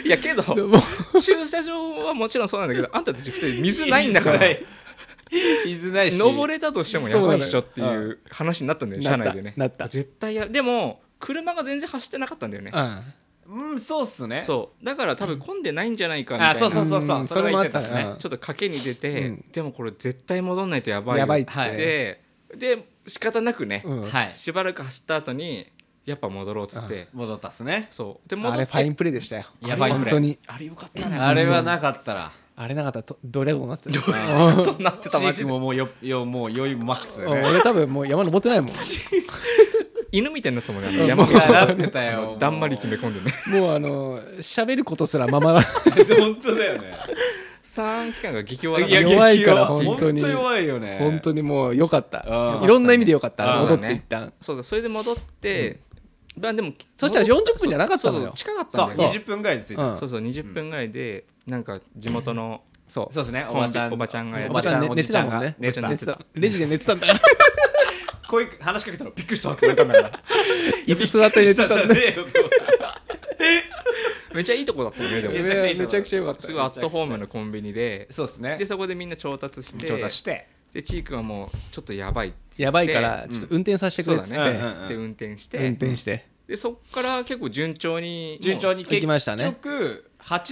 Speaker 3: いやけど
Speaker 2: そうもう
Speaker 3: 駐車場はもちろんそうなんだけどあんたたち2人水ないんだから
Speaker 1: 水ないし
Speaker 3: 登れたとしてもやばいっしょって
Speaker 1: そうだ
Speaker 3: い
Speaker 1: ね
Speaker 3: う話になったんだよ車
Speaker 2: なった
Speaker 3: 内でね
Speaker 2: なった
Speaker 3: 絶対やでも車が全然走ってなかったんだよね
Speaker 2: うん
Speaker 1: うんそうっすね
Speaker 3: そうだから多分混んでないんじゃないかみたい
Speaker 1: あ
Speaker 3: な
Speaker 1: そうそうそうそううんそれは言ってたっす
Speaker 2: それもあ
Speaker 1: ね
Speaker 2: った
Speaker 3: ちょっと賭けに出て、
Speaker 2: うん
Speaker 3: でもこれ絶対戻んないとやばいよ
Speaker 2: やばいっつって
Speaker 3: はいでで仕方なくね、
Speaker 2: うん
Speaker 1: はい
Speaker 3: しばらく走った後にやっぱ戻ろうっつって、
Speaker 1: 戻ったっすね
Speaker 3: そうで戻
Speaker 2: あ
Speaker 3: っ
Speaker 2: れ
Speaker 3: て
Speaker 2: ファインプレーでしたよ
Speaker 1: やばいプレー
Speaker 2: 本当に
Speaker 3: あれよかったね
Speaker 1: あれはなかったら
Speaker 2: あれなかったらとドレゴンになってたよ
Speaker 3: となってた
Speaker 1: 地
Speaker 3: マジ
Speaker 1: 域
Speaker 3: で
Speaker 1: ももうよよもう余裕マックス
Speaker 2: うん
Speaker 1: ね
Speaker 2: 俺多分もう山登ってないもん
Speaker 3: 犬みたいになってたもんねあの
Speaker 2: うん
Speaker 3: 山道
Speaker 1: いやなってたよ
Speaker 3: あ のだんまり決め込んでね
Speaker 2: もうあの喋ることすらままな
Speaker 1: 本当だよね
Speaker 3: 三期間が激弱だ
Speaker 1: いや
Speaker 3: ね
Speaker 2: 弱いから
Speaker 1: 激
Speaker 2: 本当に
Speaker 1: 本当弱いよね
Speaker 2: 本当にもう良かった
Speaker 1: うん
Speaker 2: いろんな意味で良かっ
Speaker 1: うん
Speaker 2: た戻っていったん
Speaker 3: そうだそれで戻って、まあでも
Speaker 2: そしたら40分じゃなかったの
Speaker 3: そ
Speaker 2: よ
Speaker 3: うそう近かった
Speaker 1: そうん
Speaker 3: だよね
Speaker 1: 20分ぐらいについてた
Speaker 2: うん
Speaker 3: そうそう20分ぐらいでなんか地元の
Speaker 2: そう
Speaker 1: そうですねお
Speaker 3: コン
Speaker 1: ば
Speaker 3: ビ
Speaker 1: ちゃん
Speaker 3: おばちゃんがやって
Speaker 1: おばちゃん
Speaker 2: おばちゃん
Speaker 1: お
Speaker 2: ね
Speaker 1: じちゃが
Speaker 2: 寝てたもんね
Speaker 1: 寝てた
Speaker 2: 寝てたレジで寝てたんだから
Speaker 1: こういう話しかけたらびっくりしたって言われたんだから
Speaker 2: 椅子座って寝てたんだ
Speaker 1: びっくりしたじゃねえよ
Speaker 3: めちゃいいとこだったよねでも
Speaker 1: いやいや
Speaker 2: めちゃくちゃ良かっ
Speaker 3: す
Speaker 2: た
Speaker 3: ごいアットホームのコンビニで
Speaker 1: そうですね
Speaker 3: でそこでみんな調達して
Speaker 1: 調達して
Speaker 3: でチー君はもうちょっとやばいって
Speaker 2: やばいからちょっと運転させてくれっつって
Speaker 1: そうだねうんうん
Speaker 3: で運転して、
Speaker 2: 運転して
Speaker 3: でそっから結構順調に
Speaker 1: 順調
Speaker 3: も
Speaker 1: に
Speaker 2: 行きましたね
Speaker 1: 結局8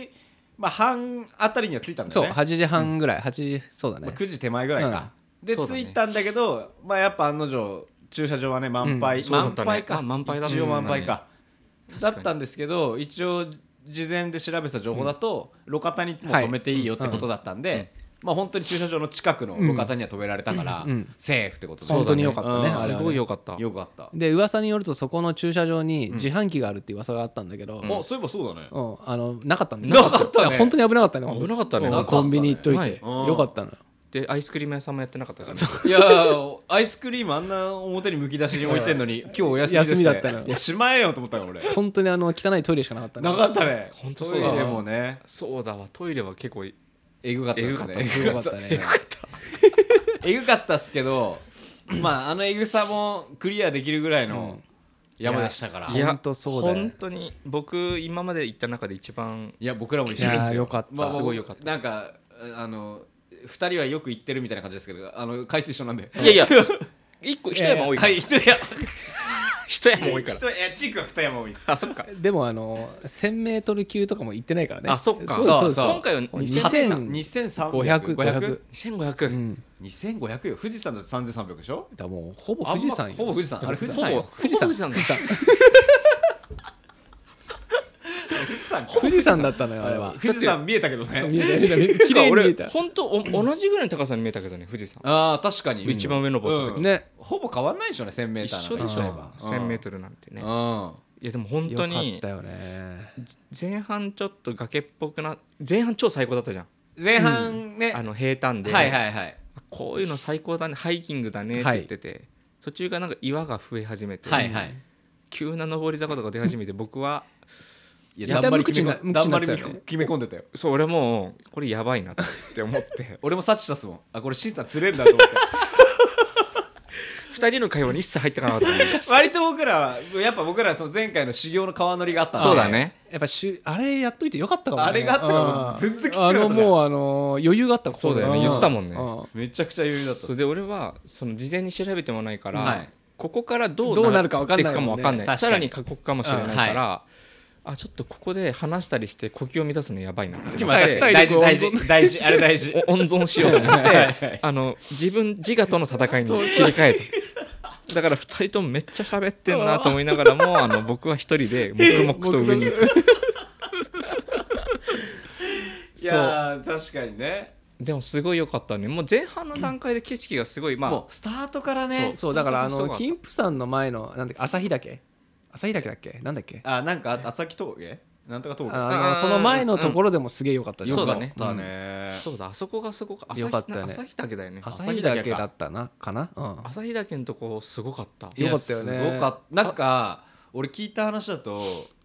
Speaker 1: 時、まあ、半あたりには着いたんだ
Speaker 2: そ
Speaker 1: よ
Speaker 2: う
Speaker 1: ね
Speaker 2: 8時半ぐらい8時そうだね
Speaker 1: まあ、9時手前ぐらいか、で、
Speaker 3: そうだね
Speaker 1: 着いたんだけど、まあ、やっぱ案の定駐車場はね満杯、
Speaker 3: うんそうだっ
Speaker 1: 満
Speaker 3: たね
Speaker 1: 杯か、
Speaker 3: あ満杯だったね
Speaker 1: 一応満杯か、だ
Speaker 3: 確かに
Speaker 1: ったんですけど一応事前で調べた情報だと、路肩にもう
Speaker 2: はい
Speaker 1: 止めていいよってことだったんで、まあ、本当に駐車場の近くの路肩には止められたから、
Speaker 2: うんうん
Speaker 1: セーフってことで、
Speaker 2: 本当に良かったね
Speaker 1: うん
Speaker 2: あれは
Speaker 3: す
Speaker 2: ね
Speaker 3: ごい良かった
Speaker 1: よかった、
Speaker 2: で噂によるとそこの駐車場に自販機があるって噂があったんだけど、うん
Speaker 1: おそういえばそうだね、
Speaker 2: あのなかったんです
Speaker 1: なかったね
Speaker 2: いや本当に危なかったね
Speaker 3: 危なかったね
Speaker 2: うん
Speaker 3: なかった
Speaker 1: ね
Speaker 2: コンビニ行っといて、
Speaker 1: はい
Speaker 2: よかったのよ
Speaker 3: でアイスクリーム屋さんもやってなかったですね
Speaker 1: いやーアイスクリームあんな表にむき出しに置いてんの に今日お休みです、ね、
Speaker 2: 休みだったの
Speaker 1: いやしまえよと思ったよ俺
Speaker 2: 本当にあの汚いトイレしかなかったね
Speaker 1: なかったね
Speaker 3: ほんとそうだ
Speaker 1: トイレもね
Speaker 3: そうだわトイレは結構い
Speaker 1: えぐかったですね
Speaker 2: すごかったね
Speaker 1: えぐかったっすけど まああのえぐさもクリアできるぐらいの山でしたからいや
Speaker 2: やほんとそうだよ
Speaker 3: 本当に僕今まで行った中で一番
Speaker 1: 僕らも一緒で
Speaker 2: いや
Speaker 1: す
Speaker 2: ー
Speaker 1: よ
Speaker 2: よかった
Speaker 3: すごいよかった
Speaker 1: なんかあの二人はよく行ってるみたいな感じですけどあの回数一緒なんで
Speaker 3: いやいや一個一山多いか
Speaker 1: は
Speaker 3: ら
Speaker 1: い一山
Speaker 3: 一山多いから
Speaker 1: 一山いやチークは二山多いです
Speaker 3: あそっか
Speaker 2: でもあの 1000m 級とかも行ってないからね
Speaker 3: あそっか
Speaker 2: うそう
Speaker 1: そう
Speaker 2: そう
Speaker 3: 今回は
Speaker 2: 2500
Speaker 1: 2300 500
Speaker 3: 2500、
Speaker 2: うん
Speaker 1: 2500よ富士山だって3300でしょ
Speaker 2: だからもうほぼ富士山よ
Speaker 1: あんまほぼ富士山あれ富士山よ
Speaker 3: 富士山
Speaker 2: 富士山
Speaker 1: 富士山
Speaker 2: 富士山だったのよあれは
Speaker 1: 富士山見えたけどね
Speaker 2: 見えた見えた見えた綺麗に見え
Speaker 3: てか
Speaker 2: た
Speaker 3: 俺本当お同じぐらいの高さに見えたけどね富士山
Speaker 1: ああ確かに
Speaker 3: 一番上登った時
Speaker 1: うん
Speaker 2: ね
Speaker 1: ほぼ変わんないでしょうね 1000m
Speaker 3: 一緒でし
Speaker 2: うん
Speaker 3: ょ 1000m なんてね
Speaker 1: ょ
Speaker 3: いやでも本
Speaker 2: よ
Speaker 3: 当
Speaker 2: かっ
Speaker 3: に
Speaker 2: たよね
Speaker 3: 前半ちょっと崖っぽくな前半超最高だったじゃん
Speaker 1: 前半ね
Speaker 3: あの平坦で、
Speaker 1: はいはいはい
Speaker 3: こういうの最高だねハイキングだねって言ってて、途中がなんか岩が増え始めて、
Speaker 1: はいはい
Speaker 3: 急な上り坂とか出始めて僕は
Speaker 1: い
Speaker 2: や
Speaker 1: だんまり
Speaker 2: だんまり口
Speaker 1: 決め込
Speaker 2: が
Speaker 1: んだんまり
Speaker 2: 口になってたよね
Speaker 1: 決め込んでたよ
Speaker 3: そう俺もうこれやばいなって思って
Speaker 1: 俺も察知したっすもんあこれ審査釣れんだと思って
Speaker 3: 二人の会話に一切入ってかなかったね
Speaker 1: 割と僕らはやっぱ僕らはその前回の修行の川乗りがあったんで
Speaker 3: そうだね
Speaker 2: やっぱしゅあれやっといてよかったかもね
Speaker 1: あれがあったから
Speaker 2: うん
Speaker 1: 全然きつくな
Speaker 2: あ
Speaker 1: かった
Speaker 2: のもうあの余裕があった
Speaker 3: そうだよね
Speaker 2: ん
Speaker 3: 言ってたもんね
Speaker 2: う
Speaker 1: めちゃくちゃ余裕だったっ
Speaker 3: それ
Speaker 1: す
Speaker 3: で俺はその事前に調べてもないから、
Speaker 1: はい
Speaker 3: ここからどう
Speaker 2: どうなるか分かんない
Speaker 3: ってくも分かん
Speaker 1: もん
Speaker 3: な
Speaker 1: ね
Speaker 3: い、
Speaker 1: 確かに
Speaker 3: さらに過酷かもしれないから、
Speaker 1: うん
Speaker 3: あちょっとここで話したりして呼吸を乱すのやばいな って
Speaker 1: まあ確かに大事大事大事あれ大事
Speaker 3: お温存しようと思っ
Speaker 1: はいはいはい
Speaker 3: てあの自分自我との戦いに切り替えただから2人ともめっちゃ喋ってんなと思いながらもあの僕は1人で黙々と上に
Speaker 1: いやー確かにね
Speaker 3: でもすごい良かったねもう前半の段階で景色がすごいまあ
Speaker 1: もうスタートからね
Speaker 2: んそうだからあ
Speaker 3: そうだ
Speaker 2: の
Speaker 3: った
Speaker 2: 金峰山の前のなんだっけ旭岳旭岳だっけなんだっけ
Speaker 1: あなんかあ朝木峠なんとか峠
Speaker 2: あ
Speaker 3: あー
Speaker 2: のその前のところでもすげえ良かったじゃん
Speaker 3: そうだ
Speaker 1: だ
Speaker 3: ね
Speaker 1: ったね
Speaker 3: そうだあそこがすごく
Speaker 2: よかったね
Speaker 3: 旭岳だよね
Speaker 2: 旭岳だったなかなうん
Speaker 3: 旭岳のとこすごかった
Speaker 2: よかったよね
Speaker 1: いやすごかったなんか俺聞いた話だと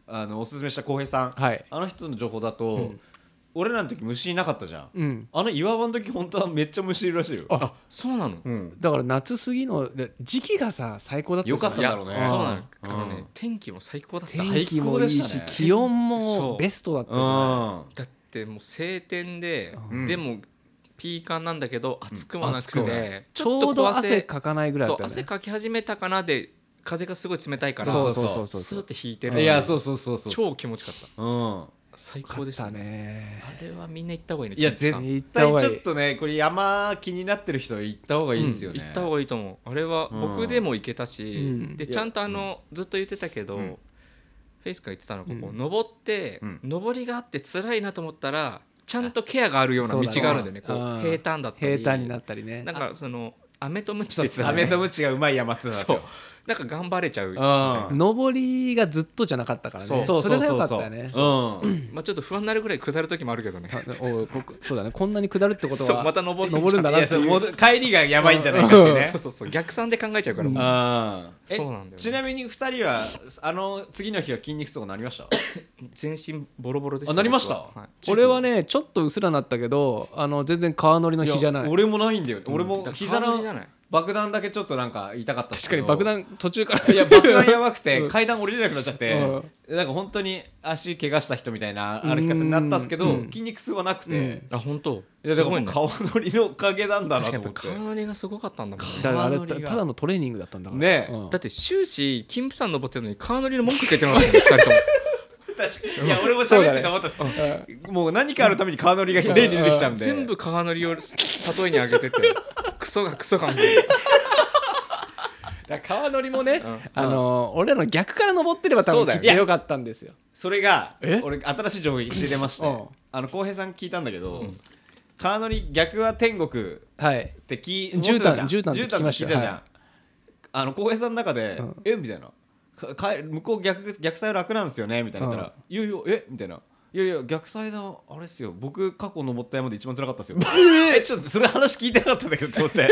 Speaker 1: あのおすすめした浩平さん、
Speaker 2: はい
Speaker 1: あの人の情報だと、俺らの時虫いなかったじゃん、
Speaker 2: うん
Speaker 1: あの岩場の時本当はめっちゃ虫いるらしいよ
Speaker 3: あそうなの
Speaker 1: うん、
Speaker 2: だから夏過ぎので時期がさ最高だったじゃ
Speaker 1: よ
Speaker 2: ん
Speaker 1: かったんだろうね
Speaker 3: いやそうなのあの
Speaker 1: う
Speaker 3: ね
Speaker 1: ん
Speaker 3: 天気も最高だった
Speaker 2: 天気もいいし
Speaker 1: 最高でしたね
Speaker 2: 気温
Speaker 3: そう
Speaker 2: もベストだったじゃん
Speaker 1: うん
Speaker 3: だってもう晴天で、
Speaker 1: ん
Speaker 3: でもピーカンなんだけど暑くもなくて、
Speaker 2: うん暑くもな
Speaker 3: ち
Speaker 2: ちょ
Speaker 3: っ
Speaker 2: う
Speaker 3: とこ
Speaker 2: ど
Speaker 3: う
Speaker 2: 汗かかないぐらいだ
Speaker 3: そ
Speaker 2: っ
Speaker 3: う
Speaker 2: たよ
Speaker 3: 汗
Speaker 2: ね
Speaker 3: かき始めたかなで風がすごい冷たいから
Speaker 1: そうそう
Speaker 2: そうそう
Speaker 3: ス
Speaker 2: そ
Speaker 3: ー
Speaker 2: う
Speaker 3: ッて引いてる
Speaker 1: いやそううそうそうそう
Speaker 3: 超気持ちよかった
Speaker 1: うん
Speaker 3: 最
Speaker 2: か
Speaker 3: 高
Speaker 2: っ
Speaker 3: でした
Speaker 2: た
Speaker 3: ね
Speaker 2: ね
Speaker 3: あれはみんな行った方がいいね
Speaker 1: いや
Speaker 3: キムさん
Speaker 1: 絶
Speaker 2: 行った
Speaker 1: 対
Speaker 2: 方が
Speaker 1: ち
Speaker 2: いい
Speaker 1: ょっとねこれ山気になってる人は行った方がいいっすよね、
Speaker 3: 行った方がいいと思うあれは
Speaker 1: うん
Speaker 3: 僕でも行けたし、
Speaker 2: うん
Speaker 3: でちゃんとあの、ずっと言ってたけど、
Speaker 1: うん
Speaker 3: フェイスが言ってたのがこう、登って、
Speaker 1: うん
Speaker 3: 登りがあって辛いなと思ったらちゃんとケアがあるような道があるんでね
Speaker 2: そ
Speaker 3: こ
Speaker 2: う
Speaker 3: う
Speaker 2: だね
Speaker 3: 平坦だったり
Speaker 2: 平坦になったりね
Speaker 3: なんかその飴とムチって言って
Speaker 1: ア
Speaker 3: た
Speaker 1: メ
Speaker 3: ね
Speaker 1: とムチがうまい山津なんです
Speaker 3: そう
Speaker 1: よ
Speaker 3: なんか頑張れちゃうみたい
Speaker 1: うん
Speaker 3: な
Speaker 2: 上りがずっとじゃなかったからねそれが良かったよね
Speaker 1: うん
Speaker 3: まあちょっと不安になるぐらい下る時もあるけどね
Speaker 2: たおうこそうだねこんなに下るってこと
Speaker 3: そ
Speaker 2: は
Speaker 3: うまた登る
Speaker 2: 登るんだ
Speaker 1: い
Speaker 2: なっ
Speaker 1: や
Speaker 2: て
Speaker 1: そう
Speaker 2: いう
Speaker 1: もう帰りがやばいんじゃないかしね
Speaker 3: そうそうそう逆算で考えちゃうからもう
Speaker 1: ああ
Speaker 3: そうなんだよね
Speaker 1: ちなみに2人はあの次の日は筋肉痛になりました
Speaker 3: 全身ボロボロでした
Speaker 1: あなりました
Speaker 3: 僕はい
Speaker 2: 俺はねちょっとうすらなったけどあの全然川乗りの日じゃない
Speaker 1: や俺もないんだよ俺も
Speaker 3: だから
Speaker 1: 膝
Speaker 3: 川乗り
Speaker 1: の
Speaker 3: じゃない
Speaker 1: 爆弾だけちょっとなんか痛かったっす
Speaker 2: 確か
Speaker 1: けど
Speaker 2: に爆弾途中から
Speaker 1: いや爆弾やばく
Speaker 2: う
Speaker 1: て
Speaker 2: ん
Speaker 1: 階段降りれなくなっちゃってなんか本当に足怪我した人みたいな歩き方になったっすけ
Speaker 2: う
Speaker 1: ど
Speaker 2: ん
Speaker 1: 筋肉痛はなく
Speaker 2: うん
Speaker 1: て
Speaker 3: あ本当
Speaker 1: いや
Speaker 3: す
Speaker 1: だか
Speaker 3: ご
Speaker 1: ら
Speaker 3: い
Speaker 1: も
Speaker 3: ね
Speaker 1: う川乗りの影なんだな
Speaker 3: 確
Speaker 1: と
Speaker 3: かにや
Speaker 1: 思っ
Speaker 3: っぱ
Speaker 1: て
Speaker 3: 川乗りがすごかったんだもんね
Speaker 2: だからあれ
Speaker 1: 川乗
Speaker 2: た
Speaker 1: りが
Speaker 2: ただのトレーニングだったんだから
Speaker 1: ねえ
Speaker 2: うん
Speaker 3: だって終始金プさん登ってるのに川乗りの文句言ってなかったもんね二人とも
Speaker 1: 確かにいや俺も喋ってて思ったっすもう何かあるために川乗りが例に出てきちゃうんで
Speaker 3: 全部川乗りを例えにあげてて クソがクソがみたいな
Speaker 2: だから川乗りもね、
Speaker 3: ん
Speaker 2: あのー俺らの逆から登ってれば多
Speaker 3: そう
Speaker 2: 分
Speaker 3: だ
Speaker 2: き
Speaker 3: よ
Speaker 2: っとよかったんですよ。
Speaker 1: それが
Speaker 2: え
Speaker 1: 俺新しい情報知れまして
Speaker 2: うん
Speaker 1: あの浩平さん聞いたんだけど、川乗り逆は天国
Speaker 2: はい
Speaker 1: って聞い思っ
Speaker 2: 絨毯
Speaker 1: てたじゃん
Speaker 2: 絨毯って聞きました
Speaker 1: 絨毯って聞いたじゃん、
Speaker 2: はい
Speaker 1: あの浩平さんの中で「
Speaker 2: ん
Speaker 1: えみたいなかか向こう逆逆サイ楽なんですよね」みたいな言ったら「いやいやえみたいな。いやいや逆サイダーあれっすよ僕過去登った山で一番辛かったっす よえちょっとそれ話聞いてなかったんだけどと思って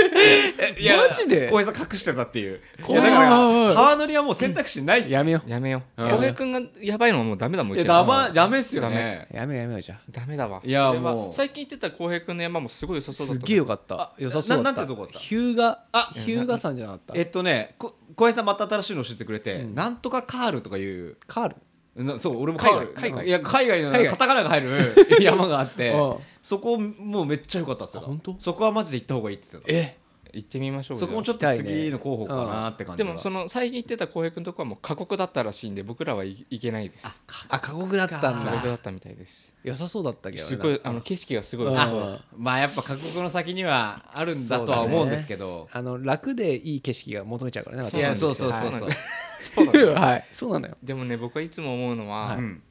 Speaker 1: えいや
Speaker 2: マジで
Speaker 1: 浩平さん隠してたっていうい
Speaker 2: 怖
Speaker 1: や
Speaker 2: い
Speaker 1: だから川乗りはもう選択肢ないっすよ
Speaker 2: やめよう
Speaker 3: やめよう
Speaker 1: うん
Speaker 3: 浩平君がやばいのはもうダメだも
Speaker 1: いう
Speaker 3: ん
Speaker 1: や
Speaker 3: ちら
Speaker 1: ダメダメっすよ
Speaker 3: ダ
Speaker 1: ね
Speaker 3: メ
Speaker 2: やめようやめようじゃあ
Speaker 3: ダメだわ
Speaker 1: いや
Speaker 3: それは
Speaker 1: もう
Speaker 3: 最近行ってた浩平君の山もすごい良さそうだっ
Speaker 2: す
Speaker 3: た
Speaker 2: げえよかった
Speaker 1: あ
Speaker 2: 良さそうだっ
Speaker 1: なな
Speaker 2: た
Speaker 1: んてとこだった
Speaker 2: ヒューガ
Speaker 1: あ
Speaker 2: ヒューガさんじゃなかった
Speaker 1: えっとねこ小林さんまた新しいの教えてくれて、なんとかカールとかいう
Speaker 2: カール
Speaker 1: なそう俺も
Speaker 3: 海
Speaker 1: 海
Speaker 3: 外
Speaker 1: 外
Speaker 3: 海外
Speaker 1: いや海外の
Speaker 2: 海外
Speaker 1: カタカナが入る山があって
Speaker 2: うん
Speaker 1: そこもうめっちゃ良かったっすよ
Speaker 2: あ本当
Speaker 1: そこはマジで行った方がいいって言って
Speaker 2: え
Speaker 3: 行ってみましょ
Speaker 1: た
Speaker 3: う
Speaker 1: そこも
Speaker 3: よ
Speaker 1: ちょっと次の候補かなって感じ
Speaker 3: で
Speaker 1: が
Speaker 3: もその最近行ってた浩平君のとこはもう過酷だったらしいんで僕らは行行けないです
Speaker 2: あ過酷だったん
Speaker 3: 過酷だ
Speaker 2: だ
Speaker 3: ったみたいです
Speaker 2: 良さそうだったけどね
Speaker 3: すご
Speaker 2: ないんか
Speaker 3: あの景色がすごい
Speaker 2: うん
Speaker 3: そう
Speaker 1: あまあやっぱ各国の先にはあるんだとは思うんですけど
Speaker 2: あの楽でいい景色が求めちゃうからね
Speaker 1: いやそうそう
Speaker 3: そ
Speaker 1: そうう
Speaker 3: なん
Speaker 1: そう
Speaker 3: ですそうなんです
Speaker 2: はいそうなのよ
Speaker 3: でもね僕はいつも思うのは、
Speaker 2: は
Speaker 1: うん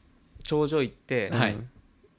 Speaker 3: 頂上行って、
Speaker 1: はい